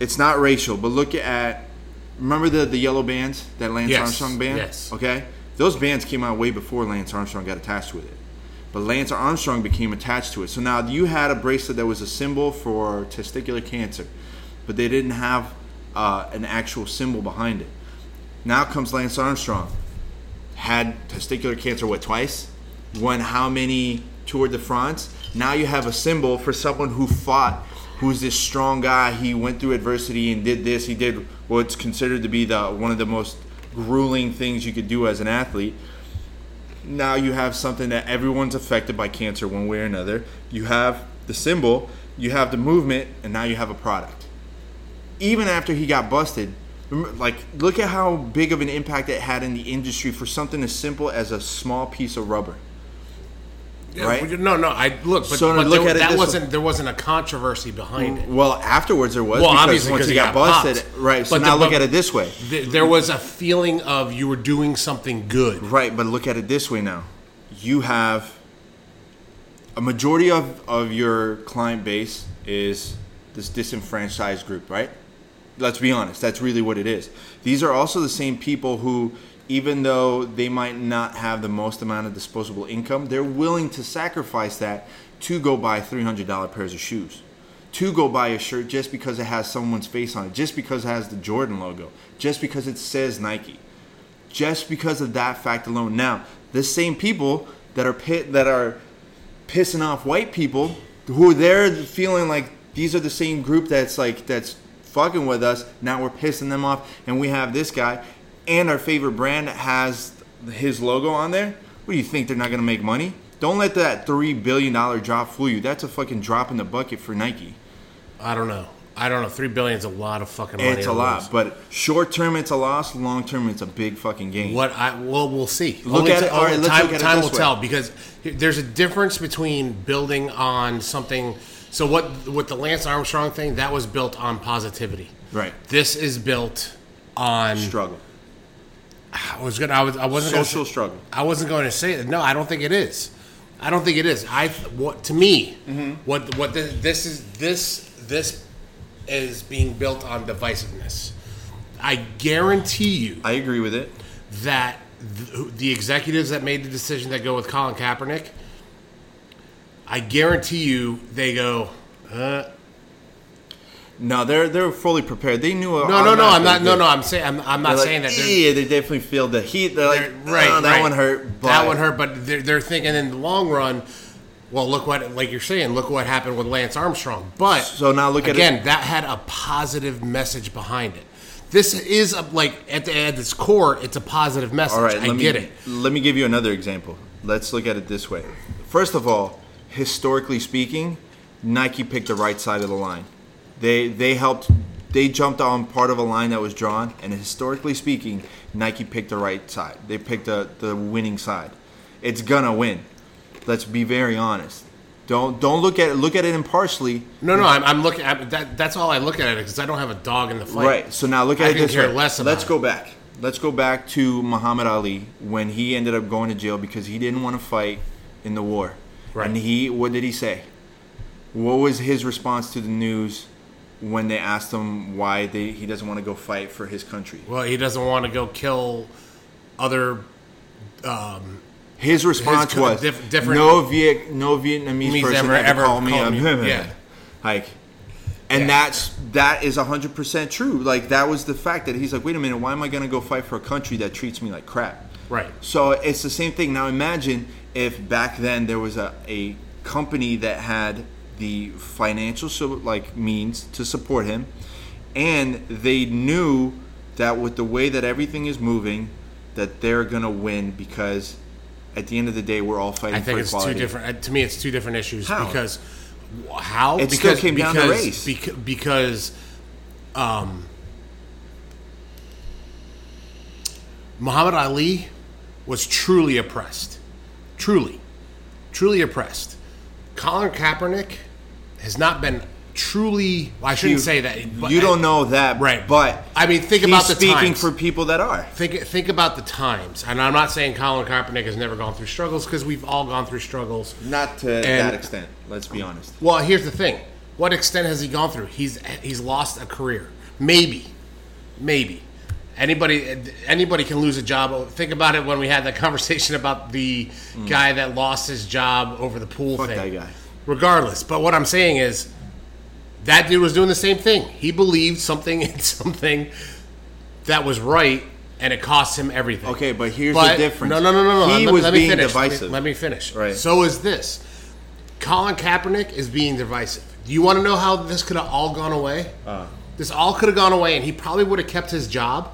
S1: It's not racial, but look at remember the the yellow bands that Lance
S2: Yes,
S1: Armstrong band.
S2: yes.
S1: Okay, those bands came out way before Lance Armstrong got attached with it but Lance Armstrong became attached to it. So now you had a bracelet that was a symbol for testicular cancer, but they didn't have uh, an actual symbol behind it. Now comes Lance Armstrong, had testicular cancer what twice, won how many Tour de France. Now you have a symbol for someone who fought, who's this strong guy. He went through adversity and did this. He did what's considered to be the one of the most grueling things you could do as an athlete now you have something that everyone's affected by cancer one way or another. You have the symbol, you have the movement, and now you have a product. Even after he got busted, rem- like look at how big of an impact it had in the industry for something as simple as a small piece of rubber. Right?
S2: Yeah, we- No, no. I look, but,
S1: So to
S2: but
S1: look
S2: there,
S1: at it
S2: that
S1: this
S2: wasn't there wasn't a controversy behind it.
S1: Well, afterwards there was
S2: Well,
S1: because
S2: obviously,
S1: once
S2: 'cause
S1: he
S2: he
S1: got,
S2: got popped.
S1: busted, right? So
S2: But
S1: now
S2: the-
S1: look
S2: but-
S1: at it this way,
S2: Th- There was a feeling of you were doing something good.
S1: right? But look at it this way now. You have a majority of, of your client base is this disenfranchised group, right? Let's be honest, that's really what it is. These are also the same people who, even though they might not have the most amount of disposable income, they're willing to sacrifice that to go buy $300 pairs of shoes, to go buy a shirt just because it has someone's face on it, just because it has the Jordan logo, just because it says Nike just because of that fact alone. Now, the same people that are pit, that are pissing off white people who they're feeling like these are the same group that's like that's fucking with us. Now we're pissing them off, and we have this guy and our favorite brand has his logo on there. What do you think they're not gonna make money? Don't let that three billion dollar drop fool you. That's a fucking drop in the bucket for Nike.
S2: I don't know. I don't know. Three billion is a lot of fucking money.
S1: It's a
S2: to
S1: lot,
S2: lose.
S1: but short term it's a loss. Long term it's a big fucking gain.
S2: What I well, we'll see.
S1: Look at it- all right, let's
S2: time
S1: look at it
S2: time
S1: this
S2: will
S1: way.
S2: tell because there's a difference between building on something. So what with the Lance Armstrong thing that was built on positivity.
S1: Right.
S2: This is built on.
S1: Struggle.
S2: I was gonna. I was. I wasn't. gonna
S1: Social
S2: say-
S1: struggle.
S2: I wasn't going to say it. No, I don't think it is. I don't think it is. I what to me,
S1: Mm-hmm.
S2: what what this, this is this this is being built on divisiveness. I guarantee you
S1: I agree with it.
S2: that th- the executives that made the decision that go with Colin Kaepernick, I guarantee you they go. Uh,
S1: No, they're they're fully prepared. They knew.
S2: no, no, no. I'm not. No, no. I'm saying. I'm, I'm not
S1: They're like,
S2: saying that. they're-
S1: Yeah, they definitely feel the heat. They're like,
S2: They're-
S1: right, that
S2: right.
S1: one hurt. But
S2: that one hurt. But they're, they're thinking in the long run. Well, look what like you're saying. Look what happened with Lance Armstrong. But
S1: So now look at it-
S2: again. That had a positive message behind it. This is a, like at, the, at its core, it's a positive message.
S1: All right,
S2: I
S1: let me,
S2: get it.
S1: Let me give you another example. Let's look at it this way. First of all, historically speaking, Nike picked the right side of the line. They they helped. They jumped on part of a line that was drawn, and historically speaking, Nike picked the right side. They picked the, the winning side. It's gonna win. Let's be very honest. Don't don't look at it, look at it impartially.
S2: No, no, I'm, I'm looking. at that, that's all I look at it because I don't have a dog in the fight.
S1: Right. So now look at
S2: I
S1: it
S2: could
S1: this
S2: care
S1: way.
S2: less about
S1: Let's
S2: it.
S1: go back. Let's go back to Muhammad Ali when he ended up going to jail because he didn't want to fight in the war.
S2: Right.
S1: And he, what did he say? What was his response to the news when they asked him why they, he doesn't want to go fight for his country?
S2: Well, he doesn't want to go kill other um,
S1: His response
S2: co-
S1: was
S2: diff- different-
S1: no Viet no Vietnamese
S2: Vietnamese
S1: person
S2: ever-
S1: ever,
S2: ever
S1: called me
S2: called
S1: a
S2: me-
S1: woman.
S2: yeah.
S1: Like, and
S2: Yeah.
S1: that's that is hundred percent true. Like that was the fact that he's like, wait a minute, why am I gonna go fight for a country that treats me like crap?
S2: Right.
S1: So it's the same thing. Now imagine if back then there was a, a company that had the financial so, like means to support him, and they knew that with the way that everything is moving, that they're gonna win because at the end of the day we're all fighting
S2: I think
S1: for
S2: it's
S1: equality.
S2: two different. uh, To me, it's two different issues
S1: How?
S2: because how
S1: It
S2: because,
S1: still came down to
S2: because-
S1: race.
S2: beca- because um, Muhammad Ali was truly oppressed, truly, truly oppressed. Colin Kaepernick has not been truly. Well, I shouldn't
S1: You-
S2: say that. but-
S1: you don't know that,
S2: Right.
S1: But
S2: I mean, think
S1: he's
S2: about the
S1: speaking
S2: times.
S1: for people that are.
S2: Think think about the times, and I'm not saying Colin Kaepernick has never gone through struggles because we've all gone through struggles.
S1: Not to
S2: And-
S1: that extent. Let's be honest.
S2: Well, here's the thing: what extent has he gone through? He's he's lost a career, maybe, maybe. Anybody anybody can lose a job. Think about it when we had that conversation about the guy that lost his job over the pool
S1: Mm. Fuck
S2: thing.
S1: that guy.
S2: Regardless, but what I'm saying is that dude was doing the same thing. He believed something in something that was right, and it cost him everything.
S1: Okay, but here's the difference.
S2: No, no, no, no, no.
S1: He
S2: let,
S1: was
S2: let me
S1: being
S2: finish. Let
S1: divisive.
S2: me, let me finish.
S1: Right.
S2: So is this. Colin Kaepernick is being divisive. Do you want to know how this could have all gone away?
S1: Uh.
S2: This all could have gone away, and he probably would have kept his job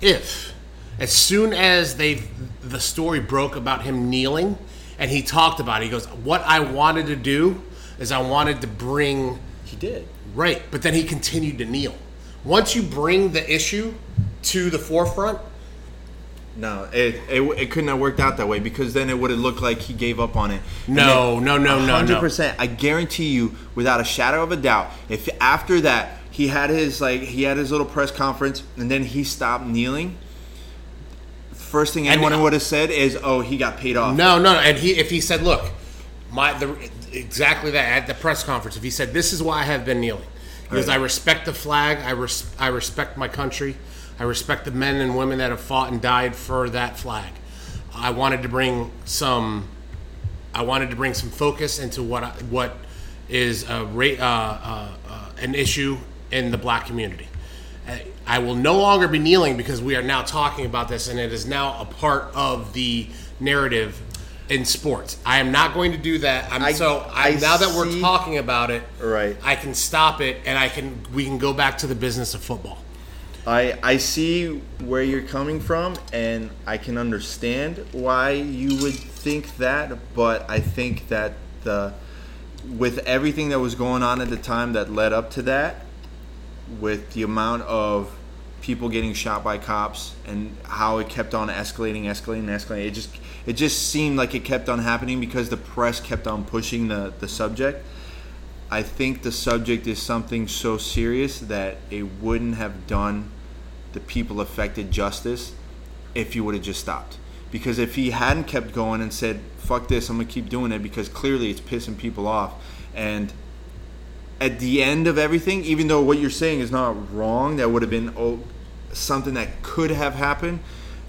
S2: if, as soon as they the story broke about him kneeling, and he talked about it. He goes, "What I wanted to do is I wanted to bring."
S1: He did.
S2: Right, but then he continued to kneel. Once you bring the issue to the forefront,
S1: No, it, it it couldn't have worked out that way because then it would have looked like he gave up on it. And
S2: No,
S1: then-
S2: no, no, no, no.
S1: 100%. I guarantee you, without a shadow of a doubt, if after that he had his like he had his little press conference and then he stopped kneeling, first thing
S2: And-
S1: anyone would have said is, "Oh, he got paid off."
S2: No, no, no. And he, if he said, "Look, my the exactly that at the press conference," if he said, "This is why I have been kneeling," because
S1: Right.
S2: I respect the flag, I res- I respect my country, I respect the men and women that have fought and died for that flag. I wanted to bring some, I wanted to bring some focus into what I, what is a ra- uh, uh, uh, an issue in the black community. I- I will no longer be kneeling because we are now talking about this, and it is now a part of the narrative in sports. I am not going to do that. I'm,
S1: I-
S2: so I,
S1: I
S2: now that we're
S1: see-
S2: talking about it,
S1: Right.
S2: I can stop it, and I can we can go back to the business of football.
S1: I I see where you're coming from, and I can understand why you would think that, but I think that the with everything that was going on at the time that led up to that, with the amount of people getting shot by cops and how it kept on escalating, escalating, escalating, it just it just seemed like it kept on happening because the press kept on pushing the, the subject. I think the subject is something so serious that it wouldn't have done the people affected justice if you would have just stopped. Because if he hadn't kept going and said, fuck this, I'm going to keep doing it because clearly it's pissing people off. And at the end of everything, even though what you're saying is not wrong, that would have been oh, something that could have happened.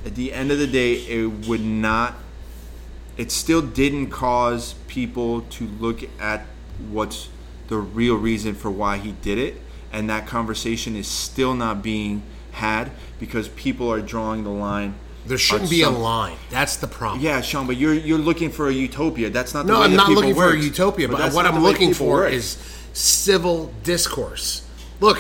S1: At the end of the day, it would not. It still didn't cause people to look at what's the real reason for why he did it, and that conversation is still not being had because people are drawing the line.
S2: There
S1: on
S2: shouldn't be a
S1: some-
S2: line. That's the problem.
S1: Yeah, Sean, but you're you're looking for a utopia. That's not the
S2: No,
S1: way
S2: I'm
S1: that
S2: not
S1: people
S2: looking for a
S1: works.
S2: utopia, but,
S1: that's
S2: what
S1: not
S2: I'm
S1: the way
S2: looking
S1: people
S2: for
S1: works.
S2: is civil discourse. Look,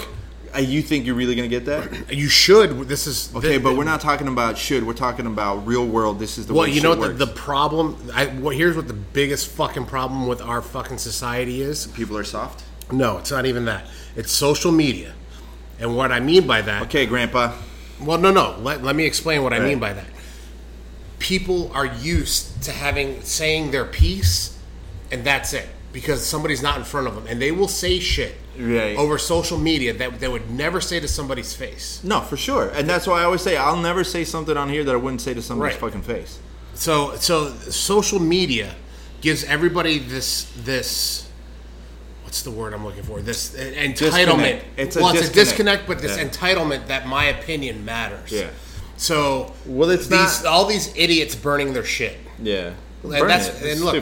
S1: Uh, you think you're really gonna get that?
S2: you should. This is
S1: Okay, but we're not talking about should. We're talking about real world. This is the
S2: Well,
S1: way
S2: you know
S1: shit
S2: what the, the
S1: works.
S2: problem? I, well, here's what the biggest fucking problem with our fucking society is.
S1: people are soft.
S2: No, it's not even that. It's social media, and what I mean by that.
S1: Okay, Grandpa.
S2: Well, no, no. Let, let me explain what I
S1: Right.
S2: mean by that. People are used to having saying their piece, and that's it because somebody's not in front of them, and they will say shit
S1: Right.
S2: over social media that they would never say to somebody's face.
S1: No, for sure, and that's why I always say I'll never say something on here that I wouldn't say to somebody's
S2: Right.
S1: fucking face.
S2: So, so social media gives everybody this this. What's the word I'm looking for? This uh, entitlement.
S1: Disconnect. It's a
S2: well, it's
S1: disconnect.
S2: a disconnect, but this
S1: Yeah.
S2: entitlement that my opinion matters.
S1: Yeah.
S2: So,
S1: Well, it's
S2: these,
S1: not-
S2: all these idiots burning their shit.
S1: Yeah,
S2: And that's and look,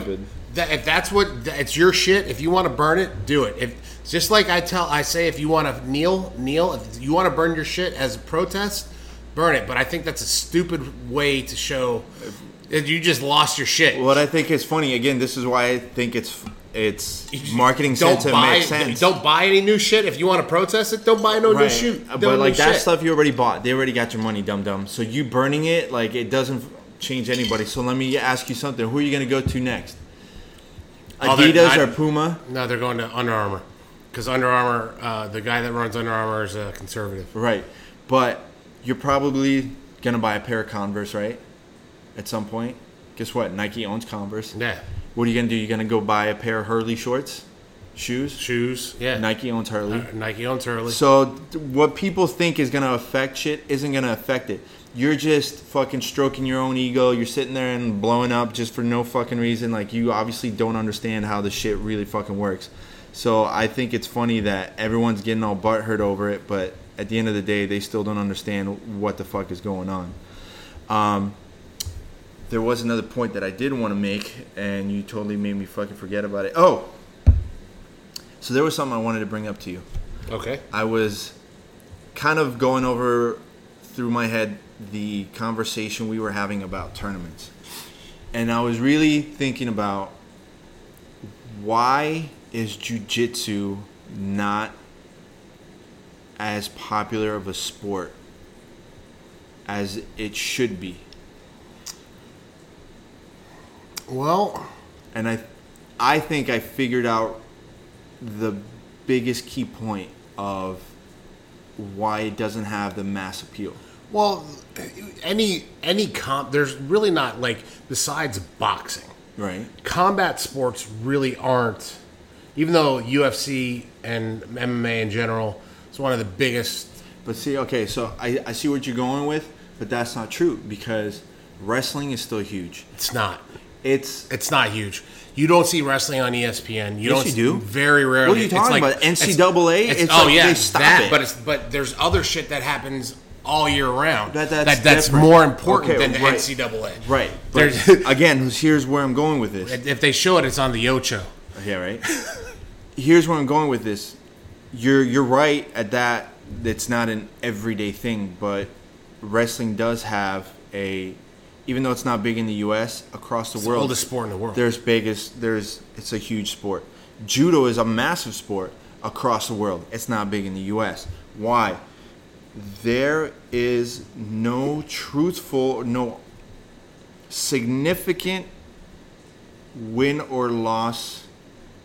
S2: That, if that's what that- it's your shit, if you want to burn it, do it. If just like I tell, I say, if you want to kneel, kneel. If you want to burn your shit as a protest, burn it. But I think that's a stupid way to show that you just lost your shit.
S1: What I think is funny again. This is why I think it's it's marketing
S2: don't
S1: sense and
S2: buy,
S1: makes sense.
S2: don't buy any new shit. If you want to protest it, don't buy no new
S1: Right.
S2: shoot. no
S1: But
S2: new
S1: like that
S2: shit.
S1: stuff you already bought. They already got your money, dum dum. So you burning it like it doesn't change anybody. So let me ask you something. Who are you gonna go to next?
S2: Oh, they're
S1: Adidas
S2: not-
S1: or Puma?
S2: No, they're going to Under Armour because Under Armour, uh, the guy that runs Under Armour is a conservative.
S1: Right. But you're probably gonna buy a pair of Converse, right? At some point. Guess what? Nike owns Converse.
S2: Yeah,
S1: What are you gonna do? You're gonna go buy a pair of Hurley shorts? Shoes?
S2: shoes. Yeah,
S1: Nike owns Hurley.
S2: Nike owns Hurley.
S1: So th- what people think is gonna affect shit isn't gonna affect it. You're just fucking stroking your own ego. You're sitting there and blowing up just for no fucking reason. Like you obviously don't understand how the shit really fucking works. So I think it's funny that everyone's getting all butthurt over it, but at the end of the day, they still don't understand what the fuck is going on. Um, there was another point that I did want to make, and you totally made me fucking forget about it. Oh, so there was something I wanted to bring up to you.
S2: okay.
S1: I was kind of going over through my head the conversation we were having about tournaments. And I was really thinking about why is jujitsu not as popular of a sport as it should be?
S2: Well,
S1: and I, I think I figured out the biggest key point of why it doesn't have the mass appeal.
S2: well, any any comp. There's really not like besides boxing,
S1: Right.
S2: combat sports really aren't. Even though UFC and MMA in general is one of the biggest.
S1: But see, okay, so I, I see what you're going with, but that's not true because wrestling is still huge.
S2: It's not.
S1: It's
S2: It's not huge. You don't see wrestling on E ESPN. You
S1: Yes,
S2: don't
S1: you
S2: see-
S1: do.
S2: Very rarely.
S1: What are you
S2: It's
S1: talking about? NCAA?
S2: It's,
S1: It's
S2: oh
S1: like
S2: yeah,
S1: they stop
S2: that.
S1: it.
S2: But it's but there's other shit that happens all year round.
S1: That- that's
S2: that, that's
S1: different.
S2: more important
S1: Okay,
S2: than the
S1: right.
S2: NCAA.
S1: right. But
S2: There's,
S1: again, here's where I'm going with this.
S2: if they show it, it's on the Yocho.
S1: Yeah, right. Here's where I'm going with this. You're you're right at that. It's not an everyday thing, but wrestling does have a, even though it's not big in the U.S. across the
S2: It's the
S1: world,
S2: oldest sport in the world.
S1: There's biggest. There's it's a huge sport. Judo is a massive sport across the world. It's not big in the U.S. Why? There is no truthful, no significant win or loss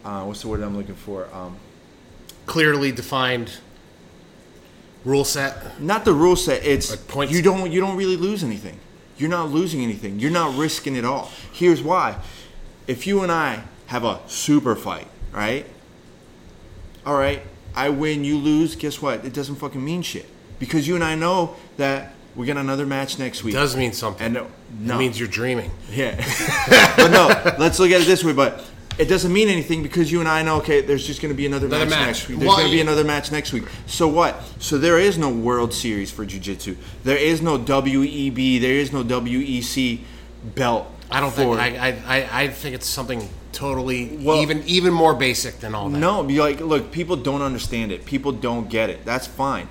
S1: uh, what's the word I'm looking for? Um,
S2: Clearly defined rule set.
S1: not the rule set. It's
S2: Like points.
S1: you don't you don't really lose anything. You're not losing anything. You're not risking it all. Here's why: if you and I have a super fight, right? All right, I win, you lose. Guess what? It doesn't fucking mean shit because you and I know that we got another match next week.
S2: Does mean something.
S1: Mm. and no, no.
S2: It means you're dreaming.
S1: Yeah. but no, let's look at it this way. But it doesn't mean anything because you and I know, okay, there's just going to be another,
S2: Another
S1: match,
S2: match.
S1: next week. There's
S2: Well,
S1: going to be
S2: you-
S1: another match next week. So what? So there is no World Series for Jiu Jitsu. There is no WEB. There is no WEC belt.
S2: I don't think
S1: for-
S2: I, I, I, I think it's something totally
S1: Well-
S2: even even more basic than all that.
S1: No, be like, look, people don't understand it. People don't get it. That's fine.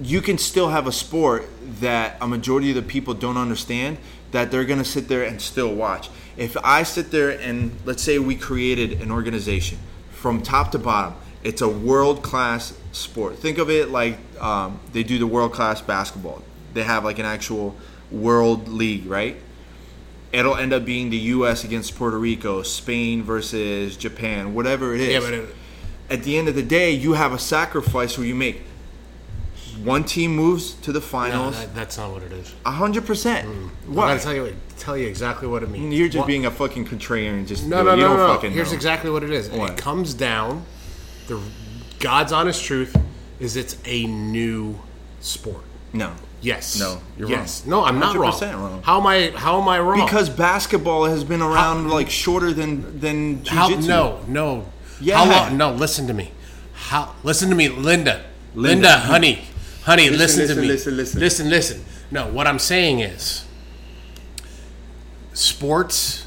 S1: You can still have a sport that a majority of the people don't understand that they're going to sit there and still watch. If I sit there and let's say we created an organization from top to bottom, it's a world class sport. Think of it like um, they do the world class basketball, they have like an actual world league, right? It'll end up being the U.S. against Puerto Rico, Spain versus Japan, whatever it is
S2: Yeah, but it,
S1: at the end of the day, you have a sacrifice where you make one team moves to the
S2: no,
S1: finals.
S2: that, that's not what it is.
S1: A hundred percent.
S2: I'm
S1: What?
S2: gonna tell you tell you exactly what it means.
S1: You're just
S2: Mm. What-
S1: being a fucking contrarian. Just
S2: no no
S1: you
S2: no
S1: don't
S2: no.
S1: fucking
S2: Here's
S1: know.
S2: exactly what it is.
S1: What?
S2: It comes down. The God's honest truth is it's a new sport.
S1: no.
S2: Yes.
S1: No, you're
S2: yes.
S1: wrong.
S2: No, I'm not wrong.
S1: 100% wrong.
S2: How am I? How am I wrong?
S1: Because basketball has been around like shorter than than
S2: how?
S1: jiu-jitsu.
S2: No, no.
S1: Yeah.
S2: How long? No, listen to me. How? Listen to me, Linda. Linda,
S1: Linda.
S2: honey, honey, listen,
S1: listen,
S2: to me.
S1: listen, listen.
S2: listen, listen. No, what I'm saying is, sports,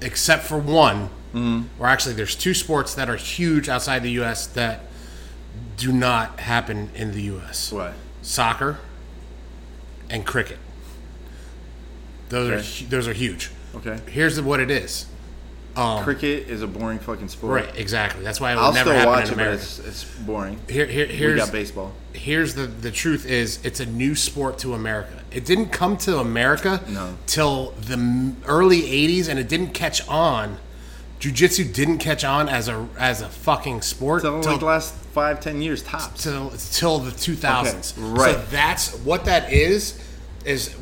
S2: except for one,
S1: Mm-hmm.
S2: or actually, there's two sports that are huge outside the U.S. that do not happen in the U.S.
S1: What?
S2: soccer and cricket. Those are
S1: Okay.
S2: hu- those are huge.
S1: Okay.
S2: Here's what it is. Um,
S1: Cricket is a boring fucking sport.
S2: Right, exactly. That's why it would
S1: I'll
S2: never
S1: still
S2: happen
S1: watch
S2: in
S1: it, but
S2: America.
S1: it's, it's boring.
S2: here, here,
S1: we
S2: here's
S1: got baseball.
S2: here's the the truth is it's a new sport to America. It didn't come to America
S1: No.
S2: till the m- early '80s, and it didn't catch on. Jiu-jitsu didn't catch on as a as a fucking sport
S1: Till
S2: till-
S1: like last five, ten years tops.
S2: till till the 2000s.
S1: Okay, right.
S2: So that's what that is. Is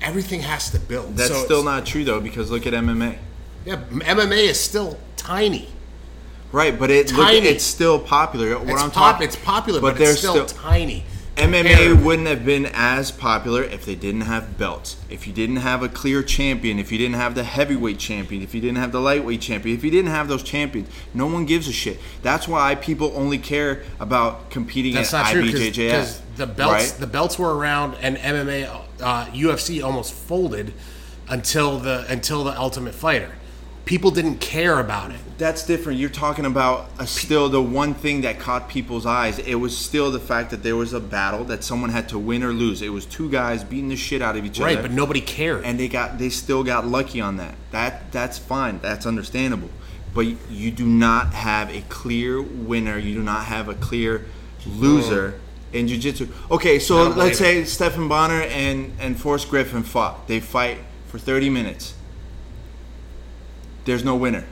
S2: everything has to build.
S1: That's
S2: So it's-
S1: still not true though, because look at MMA.
S2: Yeah, MMA is still tiny.
S1: Right, but it look,
S2: Tiny.
S1: it's still popular. What
S2: It's
S1: I'm
S2: pop.
S1: talking,
S2: It's popular, but, it's
S1: there's
S2: still, tiny.
S1: MMA
S2: Compared-
S1: wouldn't have been as popular if they didn't have belts. If you didn't have a clear champion, if you didn't have the heavyweight champion, if you didn't have the lightweight champion, if you didn't have those champions, no one gives a shit. That's why people only care about competing
S2: That's
S1: at
S2: not true
S1: IBJJF.
S2: because the belts
S1: right?
S2: the belts were around and MMA uh, UFC almost folded until the until the Ultimate Fighter. People didn't care about it.
S1: That's different. You're talking about a, still the one thing that caught people's eyes. It was still the fact that there was a battle that someone had to win or lose. It was two guys beating the shit out of each
S2: Right,
S1: other.
S2: but nobody cared.
S1: and they got they still got lucky on that. That that's fine. That's understandable. But you do not have a clear winner. You do not have a clear loser
S2: Mm.
S1: in jiu-jitsu. Okay, so let's say Stephen Bonner and and Forrest Griffin fought. They fight for 30 minutes. There's no winner.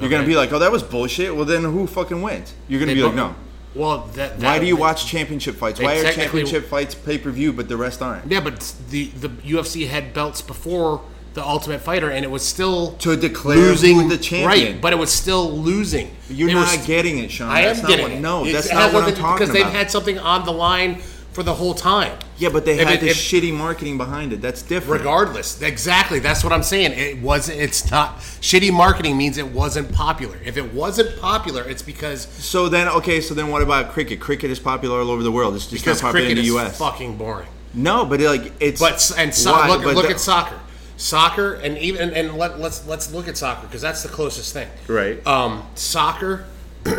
S1: You're gonna
S2: Okay.
S1: be like, oh, that was bullshit. Well, then who fucking wins? You're gonna
S2: They
S1: be like,
S2: bu-
S1: no.
S2: Well, that,
S1: Why
S2: that-
S1: do you watch championship fights?
S2: They
S1: Why are
S2: technically-
S1: championship fights pay per view, but the rest aren't?
S2: Yeah, but the the UFC had belts before the Ultimate Fighter, and it was still
S1: To declare who the champion.
S2: Right, but it was still losing.
S1: You're
S2: It
S1: not
S2: was-
S1: getting it, Sean.
S2: I
S1: that's
S2: am
S1: not
S2: getting
S1: what,
S2: it.
S1: No,
S2: It
S1: that's
S2: has
S1: not what I'm
S2: nothing to-
S1: talking
S2: because
S1: about.
S2: they've had something on the line for the whole time.
S1: yeah, but they
S2: If
S1: had
S2: it-
S1: the
S2: if-
S1: shitty marketing behind it. That's different.
S2: Regardless, exactly. That's what I'm saying. It was. It's not shitty marketing means it wasn't popular. If it wasn't popular, it's because
S1: so then, okay, so then what about cricket? Cricket is popular all over the world. It's just
S2: because
S1: not popular in
S2: cricket
S1: the
S2: is
S1: U.S.
S2: fucking boring.
S1: No, but it, like it's
S2: But s- and so-
S1: why?
S2: look,
S1: But
S2: look
S1: the-
S2: at soccer, soccer, and even and, and let, let's let's look at soccer because that's the closest thing.
S1: Right.
S2: Um, soccer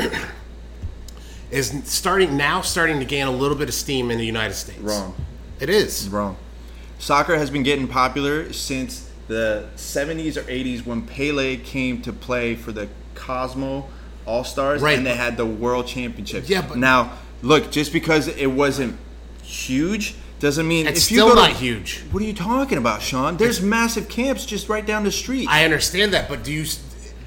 S2: is starting now, starting to gain a little bit of steam in the United States.
S1: Wrong.
S2: It is.
S1: Wrong. Soccer has been getting popular since the 70s or 80s when Pele came to play for the Cosmo All Stars
S2: Right.
S1: and they had the World Championship.
S2: Yeah, but-
S1: now look, just because it wasn't huge doesn't mean
S2: It's
S1: if you
S2: still
S1: go to-
S2: not huge.
S1: What are you talking about, Sean? There's massive camps just right down the street.
S2: I understand that, but do you?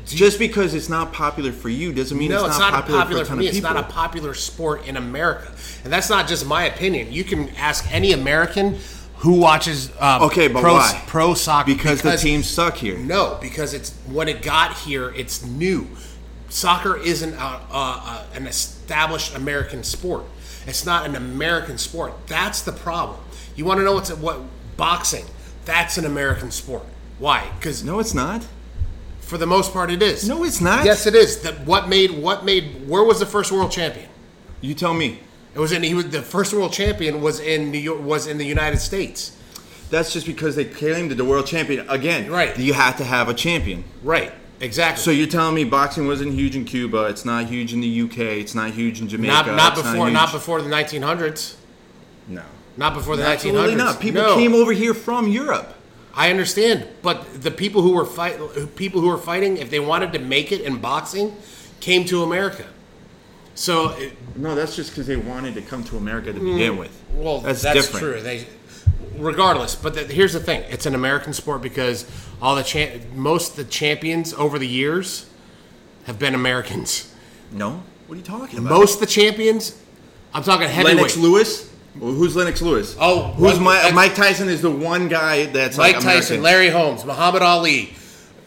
S1: Just because it's not popular for you doesn't mean
S2: no,
S1: it's, not popular,
S2: popular
S1: for a
S2: for
S1: ton
S2: me.
S1: of
S2: It's
S1: people.
S2: not a popular sport in America, and that's not just my opinion. You can ask any American who watches uh,
S1: Okay, but
S2: pro,
S1: why?
S2: pro soccer
S1: because, the teams suck here.
S2: No, because it's when it got here, it's new. Soccer isn't a, a, a, an established American sport. It's not an American sport. That's the problem. You want to know what's what boxing? That's an American sport. Why? Because
S1: No, it's not.
S2: for the most part, it is.
S1: No, it's not.
S2: Yes, it is. The, what made what made where was the first world champion?
S1: You tell me.
S2: It was in he was the first world champion was in New York was in the United States.
S1: That's just because they claimed the world champion again.
S2: Right.
S1: You have to have a champion.
S2: Right. Exactly.
S1: So you're telling me boxing wasn't huge in Cuba? It's not huge in the UK. It's not huge in Jamaica.
S2: not not
S1: it's
S2: before
S1: huge-
S2: not before the 1900s.
S1: No.
S2: Not before the 1900s.
S1: Absolutely not. People
S2: No.
S1: came over here from Europe.
S2: I understand, but the people who were fight people who were fighting, if they wanted to make it in boxing, came to America. So, it,
S1: No, that's just because they wanted to come to America to begin with.
S2: Mm. well, that's, true. They, regardless, but the, here's the thing: it's an American sport because all the cha- most of the champions over the years have been Americans.
S1: No, what are you talking about?
S2: Most of the champions, I'm talking heavyweight.
S1: Lennox Lewis. Well, who's Lennox Lewis?
S2: Oh,
S1: who's
S2: what-
S1: my,
S2: that's-
S1: Mike Tyson is the one guy that's
S2: Mike
S1: like
S2: Tyson,
S1: American.
S2: Larry Holmes, Muhammad Ali,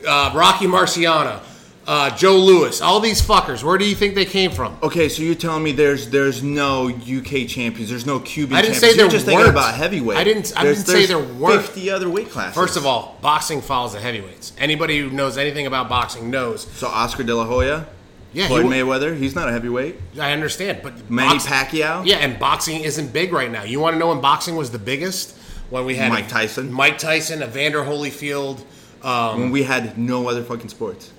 S2: uh, Rocky Marciano, uh, Joe Lewis, all these fuckers. Where do you think they came from?
S1: Okay, so you're telling me there's there's no UK champions, there's no Cuban.
S2: I didn't
S1: champions.
S2: say
S1: you're
S2: there
S1: just thinking
S2: weren't.
S1: about heavyweight.
S2: I didn't- I
S1: There's-
S2: didn't say
S1: there's
S2: there weren't.
S1: Fifty other weight classes.
S2: First of all, boxing follows the heavyweights. Anybody who knows anything about boxing knows.
S1: so Oscar De La Hoya,
S2: Yeah,
S1: Floyd
S2: he- Mm.
S1: Mayweather, he's not a heavyweight.
S2: I understand, but
S1: Manny
S2: box-
S1: Pacquiao.
S2: Yeah, and boxing isn't big right now. You want to know when boxing was the biggest? When we had
S1: Mike Tyson.
S2: Mike Tyson, Evander Holyfield.
S1: When we had no other fucking sports,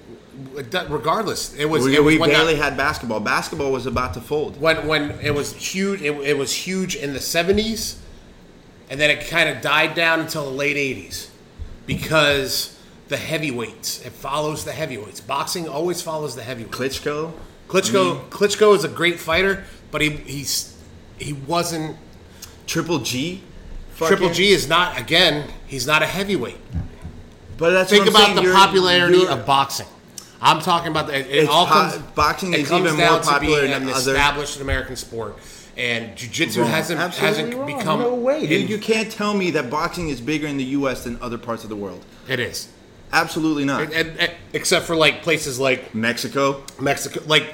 S2: It do- Regardless, it was
S1: we,
S2: it was
S1: we
S2: when that-
S1: barely had basketball. Basketball was about to fold.
S2: when when it was huge. It, it was huge in the seventies, and then it kind of died down until the late eighties because the heavyweights. It follows the heavyweights. Boxing always follows the heavyweights.
S1: Klitschko.
S2: Klitschko Klitschko is a great fighter, but he he's he wasn't
S1: Triple G.
S2: Triple
S1: fucking-
S2: G is not again, he's not a heavyweight.
S1: But that's
S2: Think
S1: what I'm
S2: about
S1: saying,
S2: the
S1: you're-
S2: popularity
S1: you're-
S2: of boxing. I'm talking about the, it, it
S1: It's
S2: all
S1: po-
S2: comes
S1: boxing
S2: it
S1: is
S2: comes
S1: even more
S2: down to
S1: popular
S2: being
S1: than
S2: an
S1: other-
S2: established American sport and jiu-jitsu
S1: Wrong.
S2: hasn't
S1: Absolutely
S2: hasn't
S1: wrong.
S2: become
S1: No way, dude.
S2: it-
S1: You can't tell me that boxing is bigger in the U.S. than other parts of the world.
S2: it is.
S1: Absolutely not.
S2: And, and- and- except for like places like
S1: Mexico,
S2: Mexico like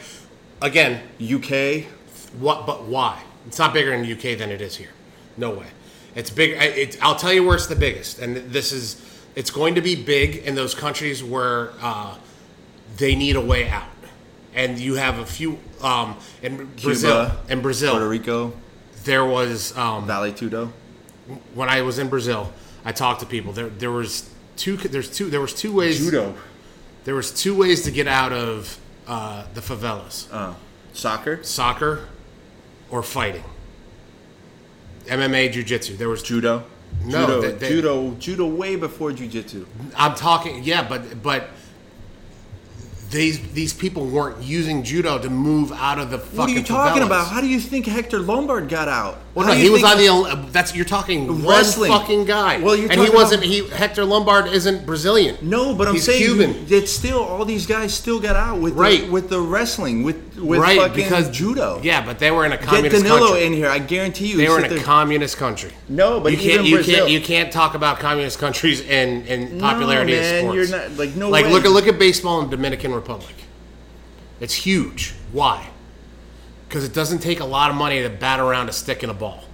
S2: again,
S1: UK.
S2: What? But why? It's not bigger in the UK than it is here. No way. It's big. I- It's, I'll tell you where it's the biggest, and this is. It's going to be big in those countries where uh, they need a way out, and you have a few um, in Brazil. In Brazil,
S1: Puerto Rico,
S2: there was um,
S1: Valley Tudo.
S2: when I was in Brazil. I talked to people. There, there was two. There's two. There was two ways. There was two ways to get out of uh, the favelas.
S1: Soccer,
S2: soccer or fighting mma jiu-jitsu there was
S1: judo.
S2: No,
S1: judo,
S2: they- they-
S1: judo, judo way before jujitsu.
S2: i'm talking yeah but but these these people weren't using judo to move out of the fucking
S1: What are you talking
S2: favelas.
S1: about? How do you think Hector Lombard got out?
S2: well,
S1: How
S2: no,
S1: do
S2: he
S1: you
S2: was
S1: think-
S2: on the. Oli- That's you're talking
S1: Wrestling.
S2: one fucking guy.
S1: Well, you're
S2: and he
S1: talking about-
S2: wasn't. He Hector Lombard isn't Brazilian.
S1: No, but I'm
S2: He's
S1: saying
S2: Cuban.
S1: you- it's still all these guys still got out with
S2: Right.
S1: the, with the wrestling with with
S2: right
S1: fucking
S2: because
S1: judo.
S2: Yeah, but they were in a
S1: Get
S2: communist
S1: Danilo
S2: country.
S1: in here. I guarantee you.
S2: They
S1: he'd
S2: were
S1: sit
S2: in a
S1: there-
S2: communist country.
S1: No, but
S2: you
S1: even
S2: can't you
S1: Brazil-
S2: can't you can't talk about communist countries in in popularity of
S1: man,
S2: sports.
S1: you're not- like, no
S2: Like
S1: way.
S2: look at look at baseball in Dominican Republic. It's huge. Why? Because it doesn't take a lot of money to bat around a stick and a ball.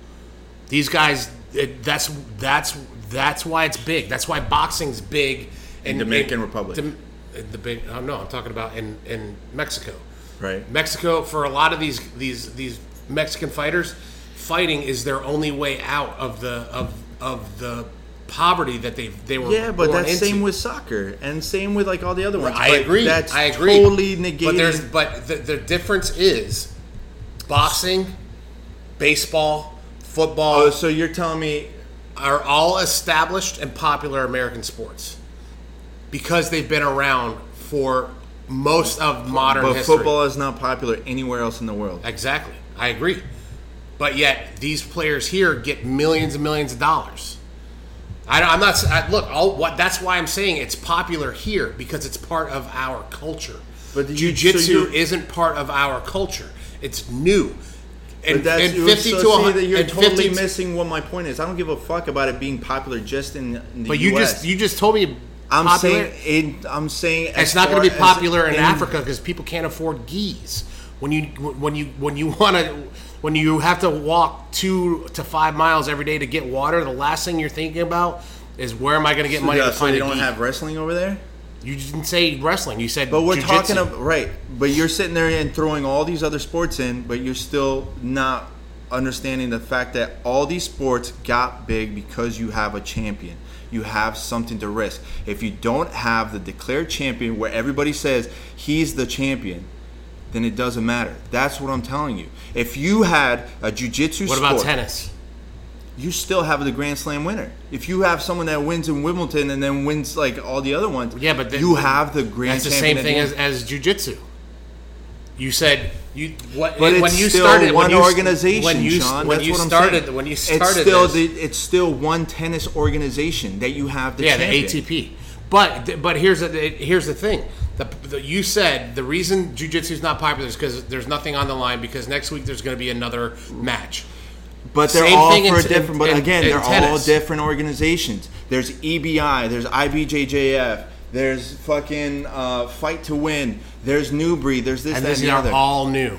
S2: These guys, it, that's that's that's why it's big. That's why boxing's big in
S1: Dominican Republic.
S2: Dom- in the big, oh, no, I'm talking about in in Mexico.
S1: right.
S2: Mexico for a lot of these these these Mexican fighters, fighting is their only way out of the of of the poverty that they they were.
S1: Yeah, but
S2: born
S1: that's
S2: into.
S1: same with soccer and same with like all the other ones.
S2: I
S1: But
S2: agree.
S1: That's
S2: I agree.
S1: totally negated.
S2: But there's but the, the difference is boxing, baseball, football
S1: oh, so you're telling me
S2: are all established and popular American sports because they've been around for most of modern
S1: but
S2: history.
S1: football is not popular anywhere else in the world.
S2: Exactly. I agree. But yet these players here get millions and millions of dollars. I don't, I'm not. s- I, look, all what that's why I'm saying it's popular here because it's part of our culture.
S1: But
S2: But
S1: you-
S2: jujitsu
S1: so you're-
S2: isn't part of our culture. It's new. And,
S1: But that's
S2: and
S1: you're, so
S2: 50 to a
S1: see
S2: hun-
S1: that you're
S2: and
S1: totally
S2: 50
S1: missing what my point is. I don't give a fuck about it being popular just in, in the
S2: But you
S1: US.
S2: just you just told me.
S1: I'm
S2: popular-
S1: saying it, I'm saying
S2: it's
S1: as
S2: not going
S1: far
S2: to be
S1: as
S2: popular in,
S1: in-
S2: Africa because people can't afford gis. When you when you when you want to when you have to walk two to five miles every day to get water, the last thing you're thinking about is where am I going to get money
S1: Yeah,
S2: to
S1: so
S2: find
S1: they
S2: a
S1: don't
S2: gi?
S1: have wrestling over there.
S2: You didn't say wrestling. You said.
S1: But we're
S2: jujitsu.
S1: talking about right. But you're sitting there and throwing all these other sports in, but you're still not understanding the fact that all these sports got big because you have a champion. You have something to risk. If you don't have the declared champion where everybody says he's the champion, then it doesn't matter. That's what I'm telling you. If you had a jiu-jitsu
S2: What
S1: sport,
S2: about tennis?
S1: you still have the Grand Slam winner. If you have someone that wins in Wimbledon and then wins like all the other ones,
S2: Yeah, but the-
S1: you have the Grand.
S2: That's the
S1: champion
S2: same
S1: at
S2: thing
S1: the
S2: as
S1: end.
S2: as jujitsu. You said you what,
S1: But
S2: when
S1: it's
S2: you
S1: still
S2: started
S1: one
S2: when you,
S1: organization,
S2: When you
S1: Sean.
S2: when
S1: That's
S2: you
S1: what I'm
S2: started
S1: saying.
S2: when you started
S1: it's still
S2: this,
S1: the, it's still one tennis organization that you have the
S2: yeah,
S1: champion.
S2: the ATP. But but here's the here's the thing. The, the, you said the reason jujitsu is not popular is because there's nothing on the line because next week there's going to be another match.
S1: But they're
S2: Same
S1: all
S2: thing
S1: for
S2: in-
S1: a different. but
S2: in-
S1: again,
S2: in
S1: they're all
S2: tennis.
S1: different organizations. There's EBI. There's IBJJF. There's fucking uh, Fight to Win. There's Newbury. There's this,
S2: And
S1: that,
S2: these
S1: and the
S2: are
S1: other.
S2: all new.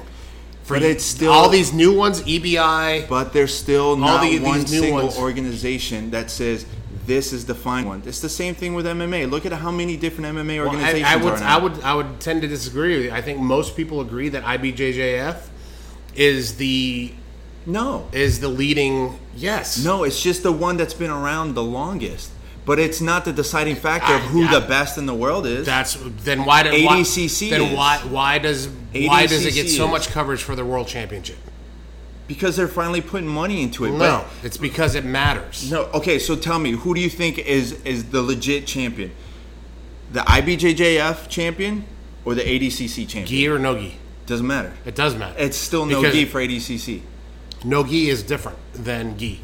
S2: For
S1: But
S2: you-
S1: it's still-
S2: all these new ones, E EBI.
S1: but there's still not
S2: the- these
S1: one
S2: new
S1: single
S2: ones.
S1: organization that says this is the fine one. It's the same thing with MMA. Look at how many different MMA
S2: Well,
S1: organizations
S2: I, I would,
S1: are now.
S2: I would, I would tend to disagree with you. I think most people agree that IBJJF is the
S1: no.
S2: is the leading. Yes.
S1: No, it's just the one that's been around the longest. But it's not the deciding factor of who
S2: I-
S1: the best in the world is.
S2: That's then why did why-
S1: ADCC
S2: then
S1: is.
S2: why why does why does it get
S1: ADCC
S2: so
S1: is.
S2: much coverage for the world championship?
S1: because they're finally putting money into it.
S2: No, it's because it matters.
S1: But, no. Okay, so tell me, who do you think is is the legit champion? The IBJJF champion or the ADCC champion?
S2: Gi or no gi,
S1: Doesn't matter.
S2: it does matter.
S1: It's still no
S2: Because
S1: gi for ADCC.
S2: No gi is different than gi.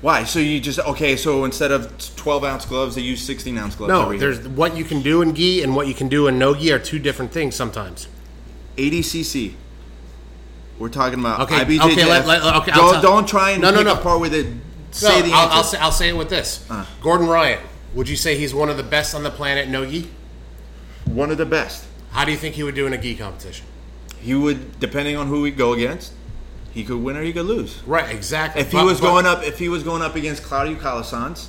S1: Why? So you just okay? So instead of twelve ounce gloves, they use sixteen ounce gloves.
S2: No,
S1: over here.
S2: there's what you can do in gi and what you can do in no gi are two different things sometimes.
S1: ADCC. We're talking about
S2: Okay,
S1: IBJJF.
S2: okay, let- let- okay, I'll
S1: don't
S2: tell-
S1: don't try and
S2: No, no,
S1: pick
S2: no.
S1: apart with it.
S2: No,
S1: Say the
S2: I'll,
S1: answer. Uh.
S2: I'll say, I'll say it with this: Gordon Ryan. Would you say he's one of the best on the planet no gi?
S1: one of the best.
S2: How do you think he would do in a gi competition?
S1: He would, depending on who we go against, he could win or he could lose.
S2: Right, exactly.
S1: If he was going up, if he was going up against Claudio Calasans,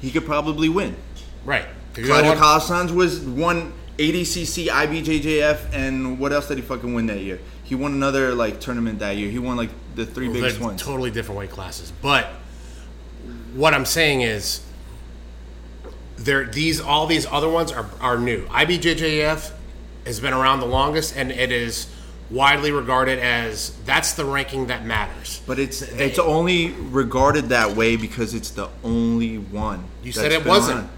S1: he could probably win.
S2: right? You know
S1: Claudio
S2: what?
S1: Calasans was one ADCC, IBJJF, and what else did he fucking win that year? He won another like tournament that year. He won like the three
S2: Well,
S1: biggest
S2: they're
S1: ones.
S2: Totally different weight classes. But what I'm saying is, there these all these other ones are are new. IBJJF has been around the longest, and it is widely regarded as that's the ranking that matters.
S1: But it's it's only regarded that way because it's the only one.
S2: You
S1: that's
S2: said it
S1: been
S2: wasn't.
S1: around.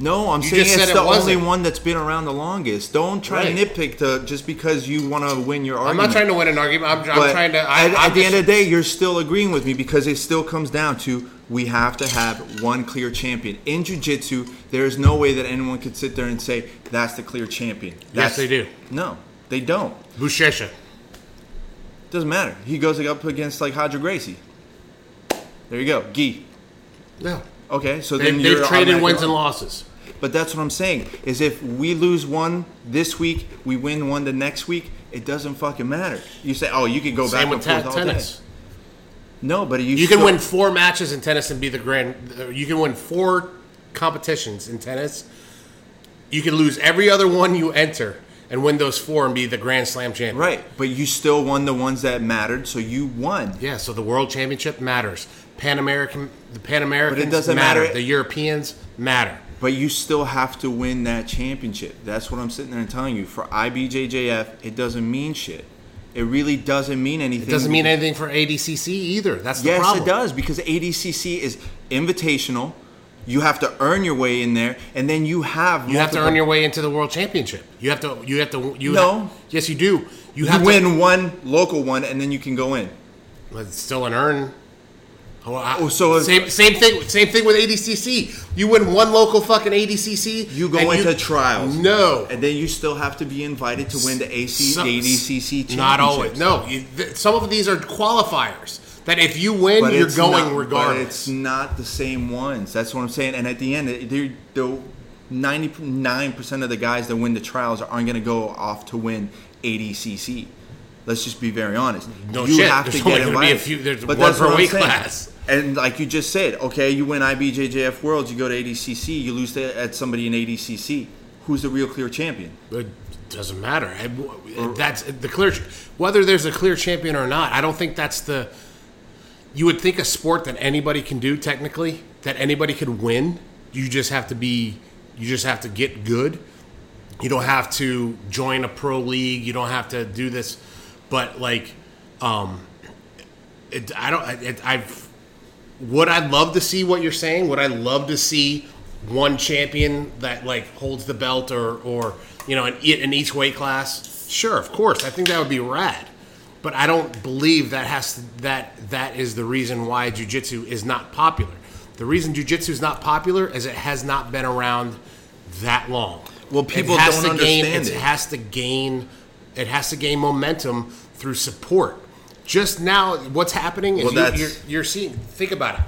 S1: No, I'm
S2: You
S1: saying
S2: just
S1: it's
S2: said it
S1: the only
S2: wasn't.
S1: one that's been around the longest. Don't try to
S2: Right.
S1: nitpick the just because you want to win your
S2: I'm
S1: argument.
S2: not trying to win an argument. I'm, I'm
S1: But
S2: trying to. I,
S1: at,
S2: I'm
S1: at the
S2: just-
S1: end of the day, you're still agreeing with me because it still comes down to we have to have one clear champion in jiu-jitsu. There is no way that anyone could sit there and say that's the clear champion. That's-
S2: they do.
S1: No, they don't.
S2: Bushesha.
S1: Doesn't matter. He goes up against like Hodger Gracie. There you go, Gee.
S2: No.
S1: Okay, so
S2: They,
S1: then you're
S2: they've traded
S1: automatic-
S2: wins and losses.
S1: But that's what I'm saying is if we lose one this week, we win one the next week. It doesn't fucking matter. You say, oh, you could go
S2: Same
S1: back
S2: with
S1: and
S2: ta-
S1: forth all
S2: tennis.
S1: day. No, but you
S2: You can
S1: still-
S2: win four matches in tennis and be the grand. uh, You can win four competitions in tennis. You can lose every other one you enter and win those four and be the Grand Slam champion.
S1: right, but you still won the ones that mattered, so you won.
S2: Yeah. So the World Championship matters. Pan American, the Pan Americans
S1: doesn't
S2: matter.
S1: matter-
S2: The Europeans matter.
S1: But you still have to win that championship. That's what I'm sitting there and telling you. For IBJJF, it doesn't mean shit. It really doesn't mean anything.
S2: It doesn't mean anything for ADCC either. That's the
S1: Yes,
S2: problem.
S1: it does because ADCC is invitational. You have to earn your way in there, and then you have
S2: You have to
S1: multiple-
S2: earn your way into the World Championship. You have to. You have to. You
S1: No.
S2: have- yes, you do. You
S1: You
S2: have to
S1: win one local one, and then you can go in.
S2: But it's still an earn. Oh, I-
S1: Oh, so-
S2: same same thing same thing with ADCC. You win one local fucking ADCC.
S1: You go
S2: and
S1: into trials.
S2: No,
S1: And then you still have to be invited to win the AC,
S2: Some-
S1: ADCC championships.
S2: Not always. No, you, th- some of these are qualifiers that if you win,
S1: But
S2: you're
S1: it's
S2: going
S1: not- But
S2: regardless.
S1: it's not the same ones. That's what I'm saying. And at the end, they're, the 99% of the guys that win the trials aren't going to go off to win ADCC. Let's just be very honest.
S2: No shit. There's only gonna be a few- there's one per
S1: what I'm
S2: weight
S1: saying.
S2: class.
S1: And like you just said, okay, you win IBJJF Worlds, you go to ADCC, you lose to, at somebody in ADCC. Who's the real clear champion?
S2: It doesn't matter. I- That's the clear. Whether there's a clear champion or not, I don't think that's the. You would think a sport that anybody can do technically, that anybody could win. You just have to be. You just have to get good. You don't have to join a pro league. You don't have to do this, but like, um, it, I don't. It, I've would I love to see what you're saying? Would I love to see one champion that like holds the belt or or you know in, e- in each weight class? Sure, of course. I think that would be rad. But I don't believe that has to, that that is the reason why jujitsu is not popular. The reason jujitsu is not popular is it has not been around that long.
S1: Well, people
S2: it has
S1: don't
S2: to gain,
S1: understand it.
S2: has to gain it has to gain momentum through support. Just now, what's happening is
S1: Well,
S2: you-
S1: that's-
S2: you're, you're seeing think about it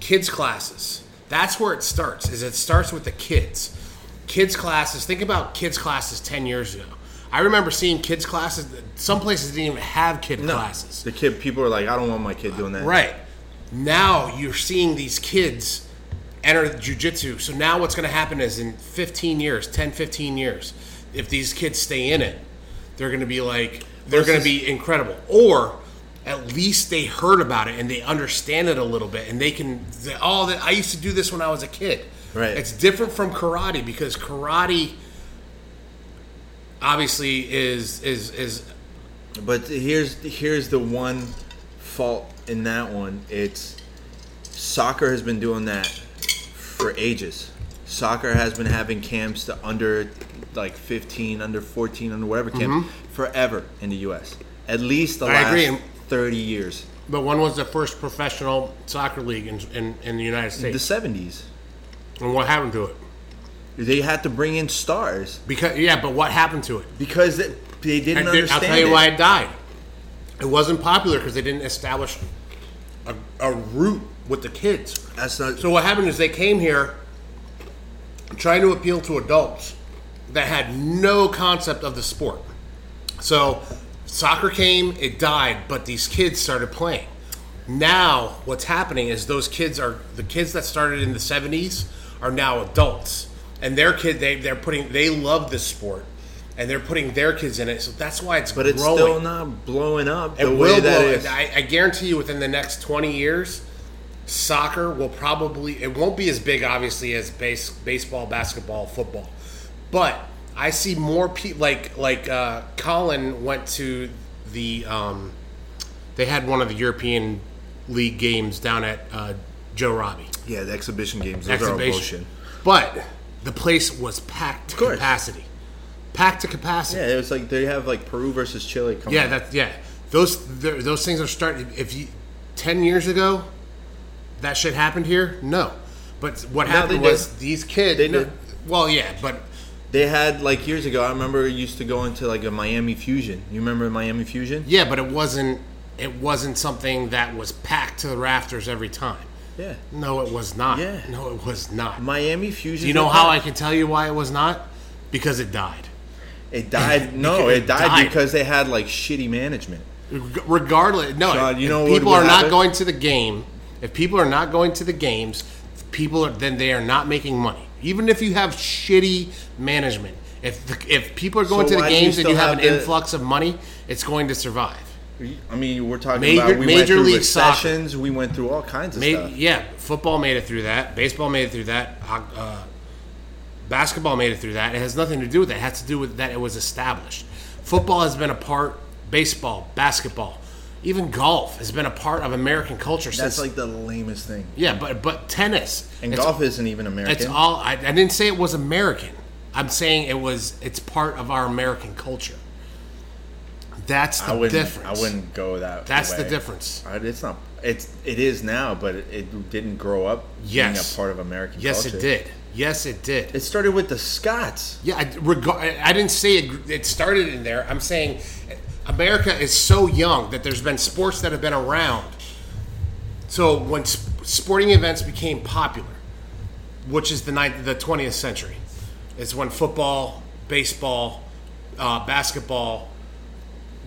S2: kids classes that's where it starts is it starts with the kids kids classes think about kids classes 10 years ago i remember seeing kids classes some places didn't even have kid classes
S1: The kid, people are like, I don't want my kid doing that.
S2: Right. Now you're seeing these kids enter jujitsu. So now what's going to happen is in 15 years, 10, 15 years, if these kids stay in it, they're going to be like, they're going to be incredible. Or at least they heard about it and they understand it a little bit and they can, they, oh, that I used to do this when I was a kid.
S1: Right.
S2: It's different from karate because karate obviously is, is, is,
S1: But here's here's the one fault in that one. It's soccer has been doing that for ages. Soccer has been having camps to under like 15, under 14, under whatever camp forever in the U.S. At least the
S2: Mm-hmm. I
S1: last
S2: agree, and-
S1: 30 years,
S2: but one was the first professional soccer league in, in, in the United States.
S1: the 70s.
S2: And what happened to it?
S1: They had to bring in stars
S2: Because yeah, but what happened to it?
S1: because they, they didn't
S2: And
S1: understand.
S2: I'll tell you
S1: it.
S2: why it died. It wasn't popular because they didn't establish a, a route with the kids.
S1: That's not
S2: So what happened is they came here trying to appeal to adults that had no concept of the sport. So soccer came, it died, but these kids started playing. Now what's happening is those kids are the kids that started in the 70s are now adults. And their kid they they're putting they love this sport and they're putting their kids in it. So that's why it's
S1: but it's
S2: growing.
S1: still not blowing up.
S2: It
S1: the way
S2: will
S1: that
S2: blow.
S1: it's-
S2: I, I guarantee you, within the next twenty years, soccer will probably it won't be as big, obviously, as base baseball, basketball, football. But I see more people like like uh, Colin went to the um, they had one of the European League games down at uh, Joe Robbie
S1: yeah, the exhibition games. Those are all bullshit.
S2: exhibition, but the place was packed to
S1: course.
S2: capacity, packed to capacity.
S1: Yeah, it was like they have like Peru versus Chile coming.
S2: Yeah,
S1: up.
S2: that yeah. Those th- those things are starting. If you ten years ago, that shit happened here. No, but what
S1: No,
S2: happened
S1: they
S2: was
S1: did.
S2: these kids.
S1: They
S2: no-
S1: did.
S2: Well, yeah, but
S1: they had like years ago. I remember it used to go into like a Miami Fusion. You remember Miami Fusion?
S2: yeah, but it wasn't. It wasn't something that was packed to the rafters every time.
S1: Yeah.
S2: No, it was not.
S1: Yeah.
S2: No, it was not.
S1: Miami Fusion.
S2: Do you know how I can tell you why it was not? Because it died.
S1: It died. No,
S2: It
S1: it died,
S2: died.
S1: because they had like shitty management.
S2: regardless no
S1: Sean,
S2: if-
S1: you
S2: if
S1: know what
S2: people
S1: would
S2: are not
S1: happen?
S2: going to the game if people are not going to the games people are then they are not making money even if you have shitty management if the, if people are going
S1: So
S2: to the
S1: why do you
S2: games and
S1: still
S2: you have,
S1: have
S2: an
S1: the-
S2: influx of money it's going to survive
S1: I mean, we're talking
S2: Major-
S1: about we
S2: Major
S1: went through
S2: League Soccer.
S1: recessions. We went through all kinds of
S2: Made,
S1: stuff.
S2: yeah football made it through that baseball made it through that ho- uh, basketball made it through that it has nothing to do with that it has to do with that it was established football has been a part baseball basketball even golf has been a part of american culture since
S1: That's like the lamest thing.
S2: Yeah, but but tennis
S1: And
S2: it's,
S1: golf isn't even American.
S2: It's all. I, I didn't say it was American. I'm saying it was. It's part of our American culture. That's the
S1: I wouldn't.
S2: difference.
S1: I wouldn't go that.
S2: That's the
S1: way.
S2: difference.
S1: I- It's not It's it is now, but it, it didn't grow up
S2: Yes.
S1: being a part of American
S2: Yes,
S1: culture.
S2: it did. Yes, it did.
S1: It started with the Scots.
S2: Yeah, I, reg- I I didn't say it, it started in there. I'm saying America is so young that there's been sports that have been around. So when sp- sporting events became popular, which is the ninth, the 20th century, is when football, baseball, uh, basketball.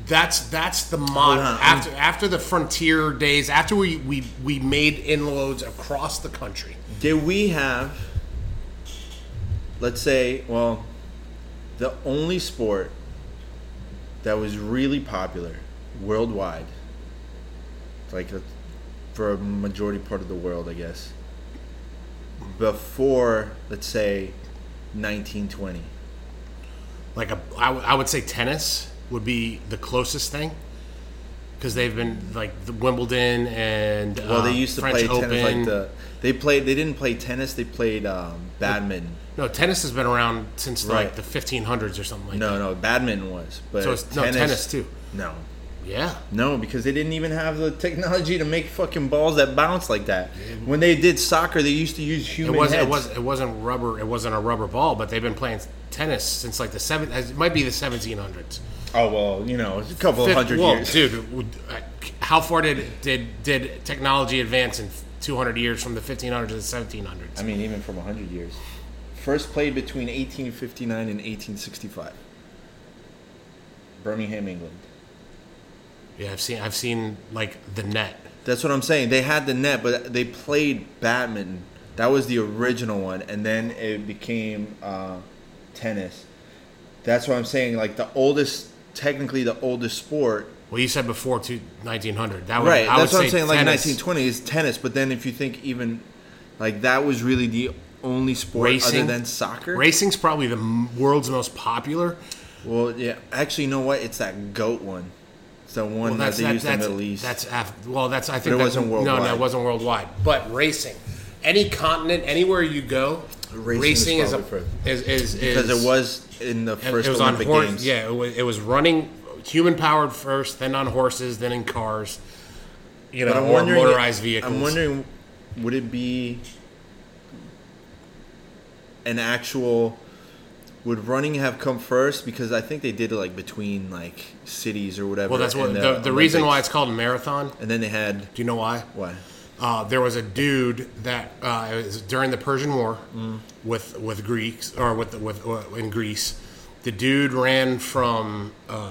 S2: That's that's the model
S1: on, I'm-
S2: after after the frontier days after we, we, we made inroads across the country.
S1: Did we have, let's say, well, the only sport that was really popular worldwide, like a, for a majority part of the world, I guess, before, let's say, 1920?
S2: like a I, w- I would say tennis would be the closest thing because they've been like the Wimbledon and uh,
S1: Well, they used to
S2: French
S1: play
S2: Open.
S1: tennis like the. They played. They didn't play tennis. They played um, badminton.
S2: no tennis has been around since like
S1: Right.
S2: the 1500s or something like
S1: No,
S2: that.
S1: no, badminton was. But
S2: So it's- no, tennis too.
S1: No,
S2: Yeah,
S1: No, because they didn't even have the technology to make fucking balls that bounce like that. When they did soccer, they used to use
S2: it
S1: human
S2: wasn't
S1: heads.
S2: it was it wasn't rubber it wasn't a rubber ball, but they've been playing tennis since like the seven it might be the 1700s.
S1: Oh well, you know, a couple of
S2: Fif-
S1: hundred
S2: whoa,
S1: years.
S2: dude. would- I- How far did did did technology advance in 200 years from the 1500s to the 1700s?
S1: I mean, even from hundred years. First played between 1859 and 1865. Birmingham, England.
S2: yeah, I've seen I've seen like the net.
S1: That's what I'm saying. They had the net, but they played badminton. That was the original one, and then it became uh, tennis. That's what I'm saying. Like the oldest, technically the oldest sport
S2: Well, you said before to 1900. That would,
S1: right.
S2: I
S1: That's
S2: would
S1: what I'm
S2: say
S1: saying. Like
S2: tennis,
S1: 1920 is tennis, but then if you think even like that was really the only sport
S2: Racing.
S1: other than soccer.
S2: Racing's probably the m- world's most popular.
S1: Well, yeah. Actually, you know what? It's that goat one. It's the one
S2: Well, that's
S1: that they
S2: that,
S1: used in
S2: that's
S1: the Middle East.
S2: that's Af- well, that's I think
S1: it
S2: that-
S1: wasn't
S2: No, no,
S1: worldwide.
S2: it wasn't worldwide. But racing, any continent, anywhere you go,
S1: Racing
S2: racing,
S1: is
S2: is, a,
S1: probably
S2: is is
S1: because
S2: is-
S1: it was in the
S2: it-
S1: first
S2: it was
S1: Olympic
S2: on horse,
S1: Games.
S2: Yeah, it was, it was running human powered first, then on horses, then in cars. You know,
S1: But I'm
S2: or
S1: wondering.
S2: motorized vehicles.
S1: I'm wondering, would it be an actual? Would running have come first? Because I think they did it like between like cities or whatever.
S2: Well, that's what
S1: in
S2: the, the, reason why
S1: Olympics.
S2: it's called a marathon.
S1: And then they had
S2: Do you know why?
S1: Why?
S2: uh, there was a dude that uh, it was during the Persian War with with Greeks or with with uh, in Greece. The dude ran from uh,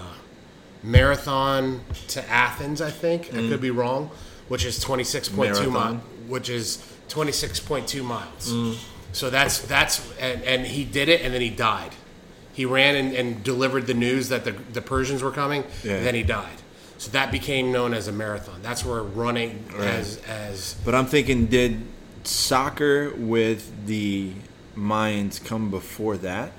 S2: Marathon to Athens, I think. I could be wrong, which is twenty six point two miles,
S1: Marathon.
S2: which is twenty six point two miles. So that's that's and, and he did it, and then he died. He ran and, and delivered the news that the, the Persians were coming.
S1: Yeah.
S2: And then he died. So that became known as a marathon. That's where running as as
S1: But I'm thinking, did soccer with the Mayans come before that?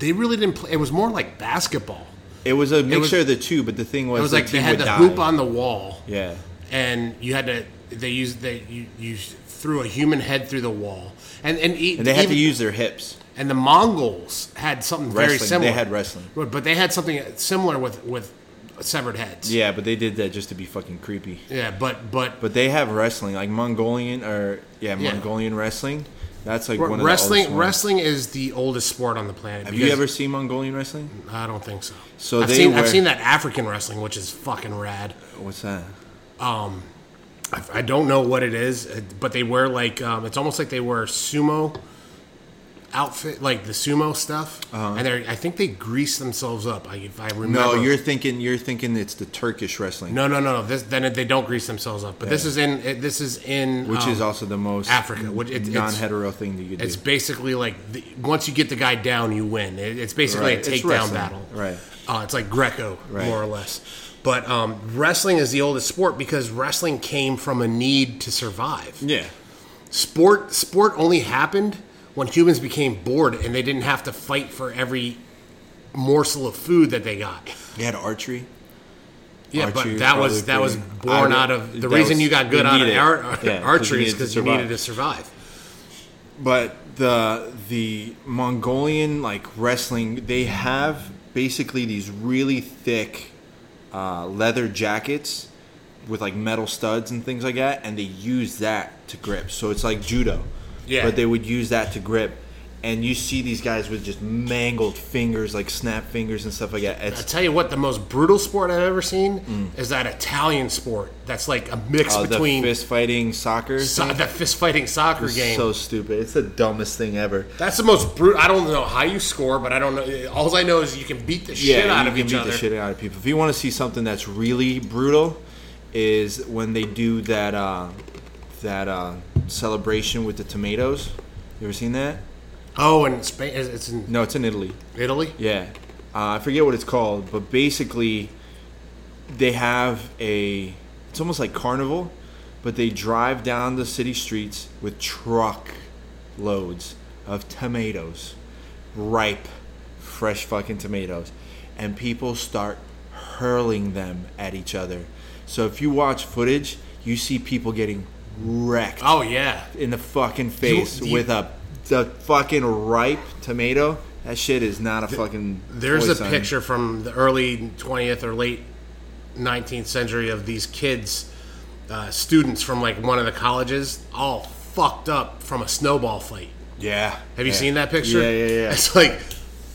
S2: they really didn't play. It was more like basketball.
S1: It was a mixture
S2: was-
S1: of the two, but the thing was,
S2: It was
S1: the
S2: like they
S1: team
S2: had
S1: would
S2: the
S1: die.
S2: hoop on the wall,
S1: Yeah,
S2: and you had to. They used they you, you threw a human head through the wall, and and, e-
S1: and they had to
S2: even-
S1: use their hips.
S2: And the Mongols had something very
S1: Wrestling. They
S2: similar.
S1: had wrestling.
S2: but but they had something similar with with severed heads.
S1: Yeah, but they did that just to be fucking creepy.
S2: yeah. But but
S1: But they have wrestling, like Mongolian or yeah,
S2: Yeah.
S1: Mongolian wrestling. That's like one of the
S2: wrestling
S1: oldest ones.
S2: wrestling is the oldest sport on the planet.
S1: Have you ever seen Mongolian wrestling?
S2: I don't think so.
S1: So
S2: I've
S1: they
S2: seen
S1: were-
S2: I've seen that African wrestling, which is fucking rad.
S1: What's that?
S2: um I, I don't know what it is uh, but they wear like um it's almost like they wear sumo outfit like the sumo stuff and they are I think they grease themselves up I, if I remember
S1: Uh-huh. No, you're thinking you're thinking it's the Turkish wrestling,
S2: no no no no this then they don't grease themselves up but this is in it, this is in
S1: which is
S2: um,
S1: also the most
S2: Africa, which it- it's-
S1: non-hetero thing that you do.
S2: it's basically like the, once you get the guy down you win it, it's basically
S1: Right, it's
S2: a takedown
S1: wrestling,
S2: battle
S1: right.
S2: uh, it's like Greco
S1: Right.
S2: more or less but um, wrestling is the oldest sport because wrestling came from a need to survive
S1: yeah,
S2: sport sport only happened when humans became bored and they didn't have to fight for every morsel of food that they got.
S1: they had archery.
S2: Yeah,
S1: Archery
S2: but that was
S1: probably
S2: that was
S1: pretty-
S2: born
S1: I-
S2: out of the
S1: that
S2: reason
S1: was-
S2: you got good
S1: we
S2: out of
S1: needed-
S2: ar-
S1: yeah, 'cause we
S2: archery is
S1: needed to
S2: because you
S1: survive.
S2: needed to survive.
S1: but the the Mongolian like wrestling, they have basically these really thick uh, leather jackets with like metal studs and things like that, and they use that to grip. So it's like judo,
S2: Yeah.
S1: But they would use that to grip, and you see these guys with just mangled fingers, like snap fingers and stuff like that.
S2: I
S1: It's
S2: tell you what, the most brutal sport I've ever seen is that Italian sport. That's like a mix
S1: uh,
S2: between
S1: the fist fighting soccer.
S2: so,
S1: thing.
S2: the fist fighting soccer
S1: It's
S2: game.
S1: So stupid. It's the dumbest thing ever.
S2: That's the most brutal. I don't know how you score, but I don't know. All I know is you can beat the shit out
S1: you
S2: of
S1: can
S2: each
S1: beat
S2: other.
S1: the shit out of people. If you want to see something that's really brutal, is when they do that uh, that uh, celebration with the tomatoes. You ever seen that?
S2: Oh, and Spain, it's- it's in
S1: No, it's in Italy.
S2: Italy.
S1: Yeah, uh, I forget what it's called, but basically, they have a. It's almost like carnival, but they drive down the city streets with truck loads of tomatoes, ripe, fresh fucking tomatoes, and people start hurling them at each other. So if you watch footage, you see people getting wrecked
S2: Oh yeah,
S1: in the fucking face
S2: you-
S1: with a the fucking ripe tomato. That shit is not a fucking.
S2: there's
S1: toy,
S2: a
S1: son.
S2: picture from the early 20th or late 19th century of these kids, uh, students from like one of the colleges, all fucked up from a snowball fight.
S1: Yeah.
S2: Have you
S1: Yeah.
S2: seen that picture?
S1: Yeah, yeah, yeah.
S2: It's like,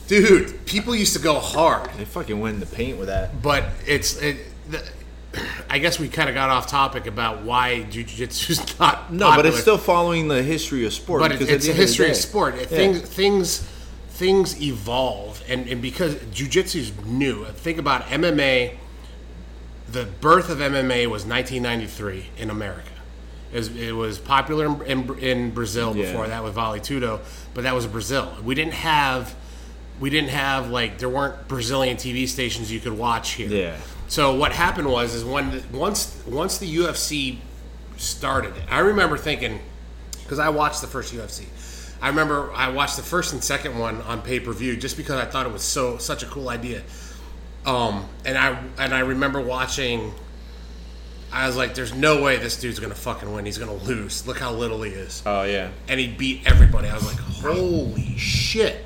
S2: dude, people used to go hard.
S1: They fucking win the paint with that.
S2: but it's it, the, I guess we kind of got off topic about why jujitsu's not
S1: No, but it's
S2: popular.
S1: still following the history of sport.
S2: but it-
S1: because at
S2: it's
S1: the
S2: a
S1: end of the
S2: history of
S1: day-
S2: sport. It-
S1: Yeah.
S2: Things things things evolve, and and because jujitsu's new. Think about MMA. The birth of MMA was 1993 in America. It was, it was popular in, in, in Brazil
S1: Yeah.
S2: before that with Vale Tudo, but that was Brazil. We didn't have we didn't have like there weren't Brazilian TV stations you could watch here.
S1: Yeah.
S2: So what happened was is when once once the UFC started, I remember thinking because I watched the first UFC. I remember I watched the first and second one on pay per view just because I thought it was so such a cool idea. Um, and I and I remember watching. I was like, "There's no way this dude's gonna fucking win. He's gonna lose. Look how little he is."
S1: Oh yeah.
S2: and he beat everybody. I was like, holy shit.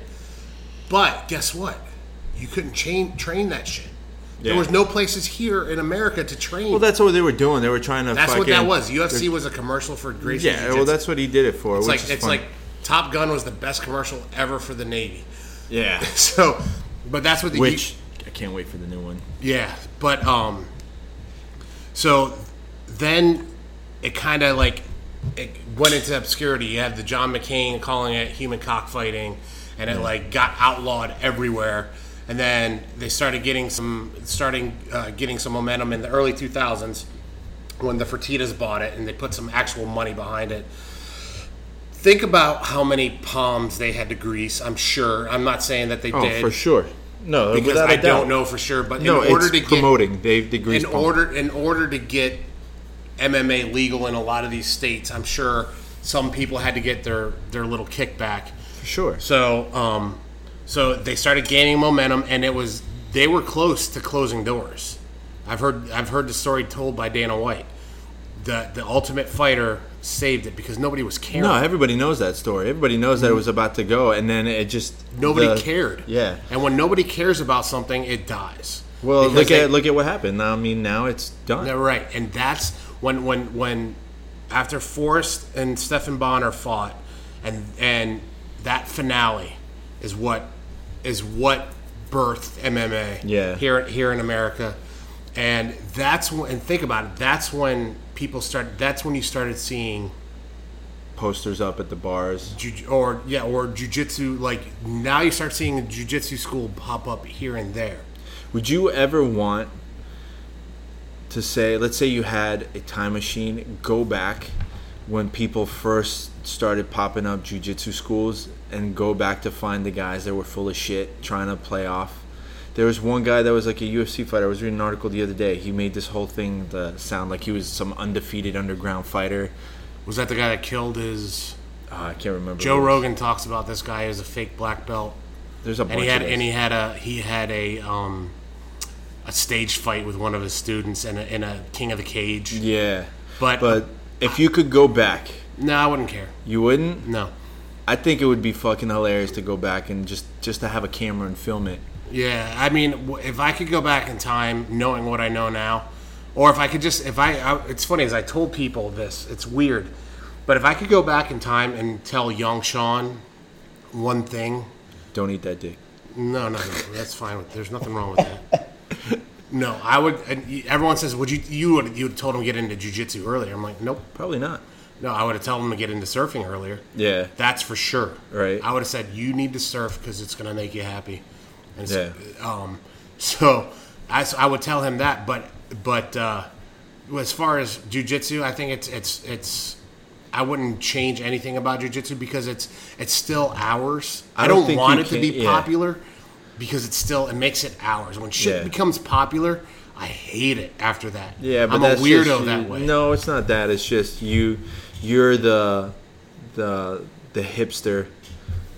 S2: But guess what? You couldn't chain, train that shit. There
S1: Yeah.
S2: was no places here in America to train.
S1: Well, that's what they were doing. They were trying to.
S2: that's what
S1: fucking-
S2: that was. UFC was a commercial for Gracie.
S1: Yeah.
S2: Jiu-Jitsu.
S1: Well, that's what he did it for.
S2: it's
S1: which
S2: like
S1: is
S2: it's
S1: funny.
S2: like Top Gun was the best commercial ever for the Navy.
S1: Yeah.
S2: So, but that's what the
S1: Which I can't wait for the new one.
S2: Yeah, but um, so then it kind of like it went into obscurity. You had the John McCain calling it human cockfighting, and it like got outlawed everywhere. And then they started getting some starting uh, getting some momentum in the early two thousands when the Fertitas bought it and they put some actual money behind it. Think about how many palms they had to grease. I'm sure. I'm not saying that they
S1: Oh,
S2: did
S1: for sure. No,
S2: because
S1: without a
S2: I
S1: doubt.
S2: don't know for sure. But
S1: No,
S2: in order
S1: it's
S2: to
S1: promoting. They
S2: get
S1: degrees.
S2: in order in order to get MMA legal in a lot of these states, I'm sure some people had to get their their little kickback.
S1: For sure.
S2: So um, so they started gaining momentum, and it was they were close to closing doors. I've heard I've heard the story told by Dana White. The the Ultimate Fighter saved it because nobody was caring.
S1: No, everybody knows that story. Everybody knows that it was about to go, and then it just
S2: nobody
S1: the-
S2: cared.
S1: Yeah.
S2: and when nobody cares about something, it dies.
S1: Well,
S2: Because
S1: look
S2: they-
S1: at look at what happened. Now, I mean, now it's done.
S2: Yeah, right. And that's when when when after Forrest and Stefan Bonner fought, and and that finale is what is what birthed MMA.
S1: Yeah.
S2: Here here in America, and that's when and think about it. That's when people start. That's when you started seeing.
S1: Posters up at the bars.
S2: Ju- or yeah, or jujitsu. Like now, you start seeing a jujitsu school pop up here and there.
S1: Would you ever want to say, let's say you had a time machine, go back when people first started popping up jujitsu schools, and go back to find the guys that were full of shit trying to play off? There was one guy that was like a UFC fighter. I was reading an article the other day. He made this whole thing the sound like he was some undefeated underground fighter.
S2: Was that the guy that killed his?
S1: Ah, I can't remember.
S2: Joe
S1: who it was.
S2: Rogan talks about this guy as a fake black belt.
S1: There's a bunch
S2: and he
S1: of
S2: had
S1: those.
S2: and he had a he had a um a stage fight with one of his students in a, in a King of the Cage.
S1: Yeah.
S2: But-
S1: but if you could go back,
S2: No, I wouldn't care.
S1: you wouldn't.
S2: No.
S1: I think it would be fucking hilarious to go back and just just to have a camera and film it.
S2: Yeah, I mean, w- if I could go back in time, knowing what I know now, Or if I could just, if I, I it's funny, as I told people this, it's weird, but if I could go back in time and tell young Sean one thing,
S1: Don't eat that dick.
S2: no, no, no, that's fine. With, there's nothing wrong with that. No, I would. And y- everyone says, "Would you? You would? You would told him to get into jujitsu earlier." I'm like, "Nope,
S1: Probably not.
S2: no, I would have told him to get into surfing earlier.
S1: Yeah.
S2: That's for sure.
S1: Right.
S2: I would have said, you need to surf because it's going to make you happy. And it's-
S1: Yeah.
S2: Um, so I, so I would tell him that. But, but, uh, as far as jujitsu, I think it's, it's, it's, I wouldn't change anything about jujitsu because it's, it's still ours. I,
S1: I don't
S2: don't,
S1: think
S2: want
S1: you
S2: it to
S1: can-
S2: be
S1: yeah.
S2: popular because it's still, it makes it ours. When shit
S1: Yeah.
S2: becomes popular, I hate it after that.
S1: Yeah, but
S2: I'm
S1: that's
S2: a weirdo
S1: just-
S2: that way.
S1: No, it's not that. It's just you. You're the the the hipster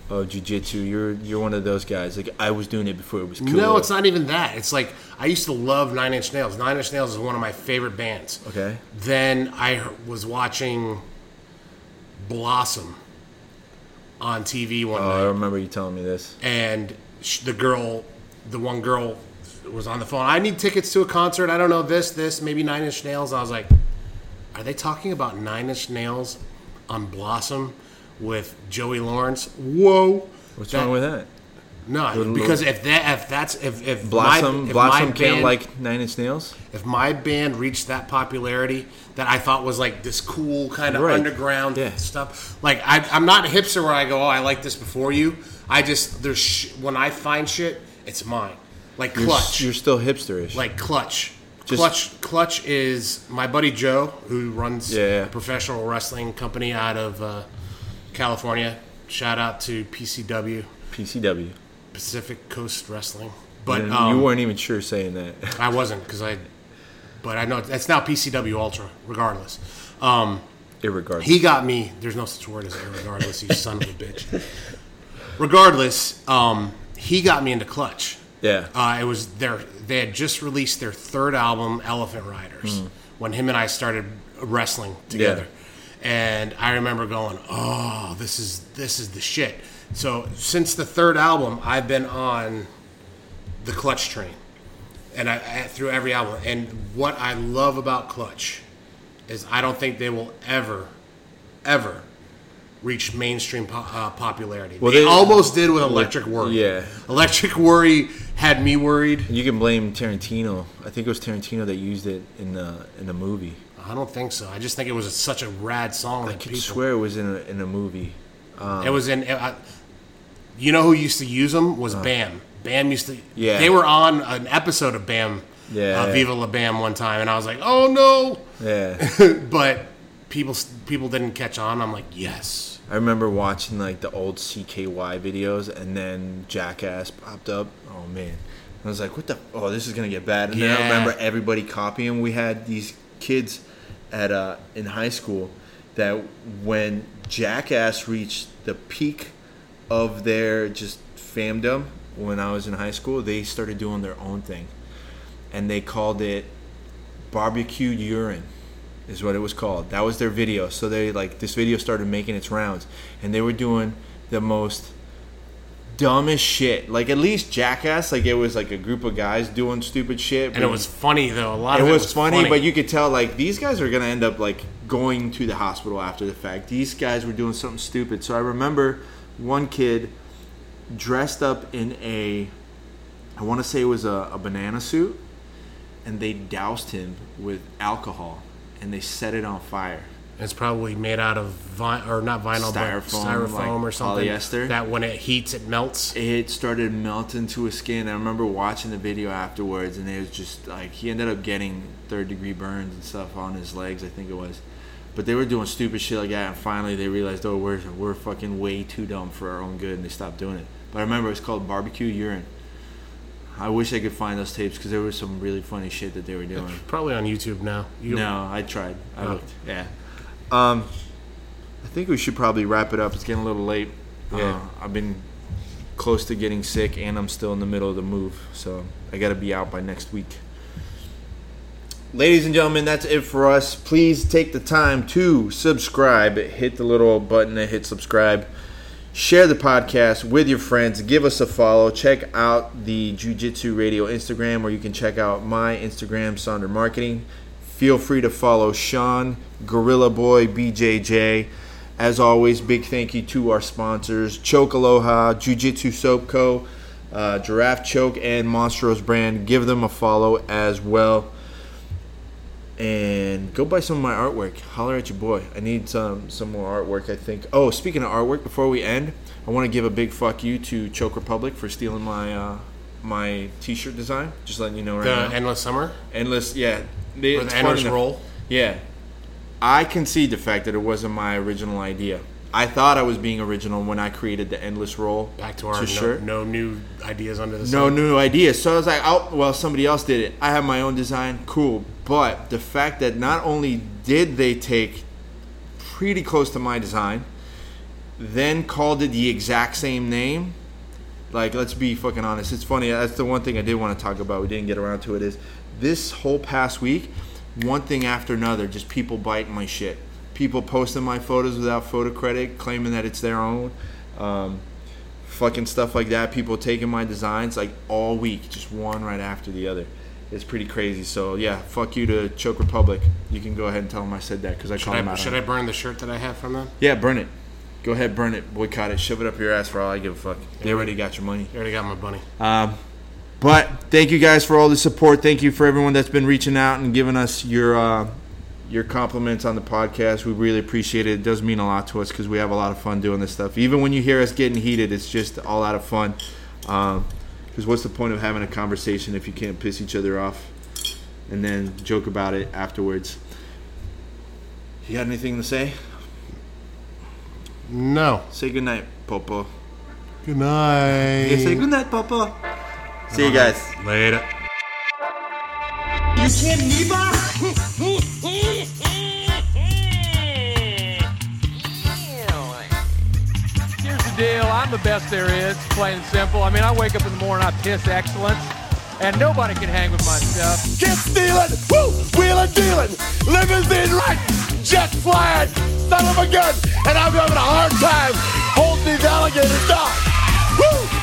S1: of jujitsu. You're you're one of those guys. Like I was doing it before it was cool.
S2: No, it's not even that. It's like I used to love Nine Inch Nails. Nine Inch Nails is one of my favorite bands.
S1: Okay.
S2: Then I h- was watching Blossom on TV one
S1: Oh, I
S2: night,
S1: remember you telling me this.
S2: and sh- the girl, the one girl, was on the phone. I need tickets to a concert. I don't know this, this, maybe Nine Inch Nails. I was like, are they talking about Nine Inch Nails on Blossom with Joey Lawrence? Whoa.
S1: What's wrong with that?
S2: No,
S1: Little-
S2: because if that if that's if if my-
S1: Blossom
S2: if
S1: Blossom
S2: my
S1: can't
S2: band-
S1: like Nine Inch Nails.
S2: if my band reached that popularity that I thought was like this cool kind of
S1: Right.
S2: underground
S1: Yeah.
S2: stuff, like I, I'm not a hipster where I go, oh, I like this before you. I just there's sh- when I find shit, it's mine. Like
S1: You're,
S2: clutch,
S1: you're still hipsterish.
S2: like clutch.
S1: Just-
S2: clutch, clutch is my buddy Joe who runs
S1: Yeah, yeah.
S2: a professional wrestling company out of uh, California. Shout out to PCW
S1: PCW.
S2: Pacific Coast Wrestling. But
S1: And
S2: um,
S1: you weren't even sure saying that.
S2: I wasn't because I, but I know that's now PCW Ultra. Regardless, um,
S1: Irregardless.
S2: he got me. There's no such word as irregardless. You son of a bitch. Regardless, um, he got me into Clutch.
S1: yeah.
S2: Uh, it was their they had just released their third album, Elephant Riders, when him and I started wrestling together. And I remember going, "Oh, this is this is the shit." So since the third album, I've been on the Clutch train, and I, I through every album. And what I love about Clutch is I don't think they will ever, ever reach mainstream po- uh, popularity.
S1: Well,
S2: they,
S1: they-
S2: almost did with Electric Worry.
S1: yeah.
S2: Electric Worry had me worried.
S1: you can blame Tarantino. I think it was Tarantino that used it in the in the movie.
S2: I don't think so. I just think it was such a rad song
S1: I
S2: that
S1: could
S2: people.
S1: swear it was in a, in a movie.
S2: It was in. I, you know who used to use them was Bam. Bam used to.
S1: Uh. Yeah.
S2: They were on an episode of Bam.
S1: Yeah.
S2: Uh, Viva La Bam one time, and I was like, oh no.
S1: Yeah.
S2: but people people didn't catch on. I'm like, yes.
S1: I remember watching like the old CKY videos, and then Jackass popped up. Oh man, I was like, "What the? Oh, this is gonna get bad." And then I
S2: Yeah.
S1: remember everybody copying. We had these kids at uh, in high school that when Jackass reached the peak of their just famdom, when I was in high school, they started doing their own thing, and they called it barbecue urine is what it was called that was their video so they like this video started making its rounds and they were doing the most dumbest shit like at least jackass like it was like a group of guys doing stupid shit
S2: And it was funny though. A lot
S1: Mm. it
S2: of it
S1: was funny, but you could tell like these guys are gonna end up like going to the hospital after the fact. These guys were doing something stupid. So I remember one kid dressed up in a, I want to say it was a, a banana suit, and they doused him with alcohol and they set it on fire.
S2: It's probably made out of vi- or not vinyl,
S1: Styrofoam,
S2: but styrofoam
S1: like
S2: or something.
S1: polyester.
S2: That when it heats, it melts.
S1: It started melting to his skin. I remember watching the video afterwards, and it was just like he ended up getting third degree burns and stuff on his legs. I think it was, but they were doing stupid shit like that. And finally, they realized, oh, we're we're fucking way too dumb for our own good, and they stopped doing it. But I remember it's called barbecue urine. I wish I could find those tapes because there was some really funny shit that they were doing.
S2: Probably on YouTube now. You,
S1: No, I tried. I
S2: Oh.
S1: looked. Yeah. Um, I think we should probably wrap it up. It's getting a little late.
S2: Yeah.
S1: Uh, I've been close to getting sick, and I'm still in the middle of the move, so I got to be out by next week. Ladies and gentlemen, that's it for us. Please take the time to subscribe. Hit the little button that hit subscribe. Share the podcast with your friends. Give us a follow. Check out the Jiu Jitsu Radio Instagram, or you can check out my Instagram, Sonder Marketing. Feel free to follow Sean, Gorilla Boy, BJJ. As always, big thank you to our sponsors Choke Aloha, Jiu Jitsu Soap Co., uh, Giraffe Choke, and Monstros Brand. Give them a follow as well. And go buy some of my artwork. Holler at your boy. I need some some more artwork. I think. Oh, speaking of artwork, before we end, I want to give a big fuck you to Choke Republic for stealing my uh, my T-shirt design. Just letting you know right
S2: The
S1: now.
S2: endless summer.
S1: Endless, yeah. They,
S2: Or the
S1: it's funny
S2: endless
S1: enough.
S2: roll.
S1: Yeah. I concede the fact that it wasn't my original idea. I thought I was being original when I created the endless roll.
S2: Back to our no,
S1: shirt.
S2: no new ideas under the sun.
S1: No new idea. So I was like, oh, well, somebody else did it. I have my own design. Cool. But the fact that not only did they take pretty close to my design, then called it the exact same name. Like, let's be fucking honest. It's funny. That's the one thing I did want to talk about. We didn't get around to it. Is this whole past week, one thing after another, just people biting my shit. People posting my photos without photo credit, claiming that it's their own. Um, fucking stuff like that. People taking my designs like all week, just one right after the other. It's pretty crazy. So yeah, fuck you to Choke Republic. You can go ahead and tell them I said that because I
S2: Should
S1: called them
S2: I,
S1: out.
S2: should
S1: on
S2: I
S1: it.
S2: burn the shirt that I have from them?
S1: Yeah, burn it. Go ahead, burn it, boycott it, shove it up your ass for all I give a fuck. They already got your money.
S2: I already got my bunny.
S1: But thank you guys for all the support. Thank you for everyone that's been reaching out and giving us your uh, your compliments on the podcast. We really appreciate it. It does mean a lot to us because we have a lot of fun doing this stuff. Even when you hear us getting heated, it's just all out of fun. Because what's the point of having a conversation if you can't piss each other off and then joke about it afterwards? You got anything to say?
S2: no.
S1: Say goodnight, Popo.
S2: Good night.
S1: Yeah, say goodnight, Popo. See you guys.
S2: Later.
S4: Here's the deal. I'm the best there is, plain and simple. I mean, I wake up in the morning, I piss excellence, and nobody can hang with my stuff.
S5: Get stealing, woo, wheeling, dealing, limousine right, jet flying, son of a gun, and I'm having a hard time holding these alligators down. Woo!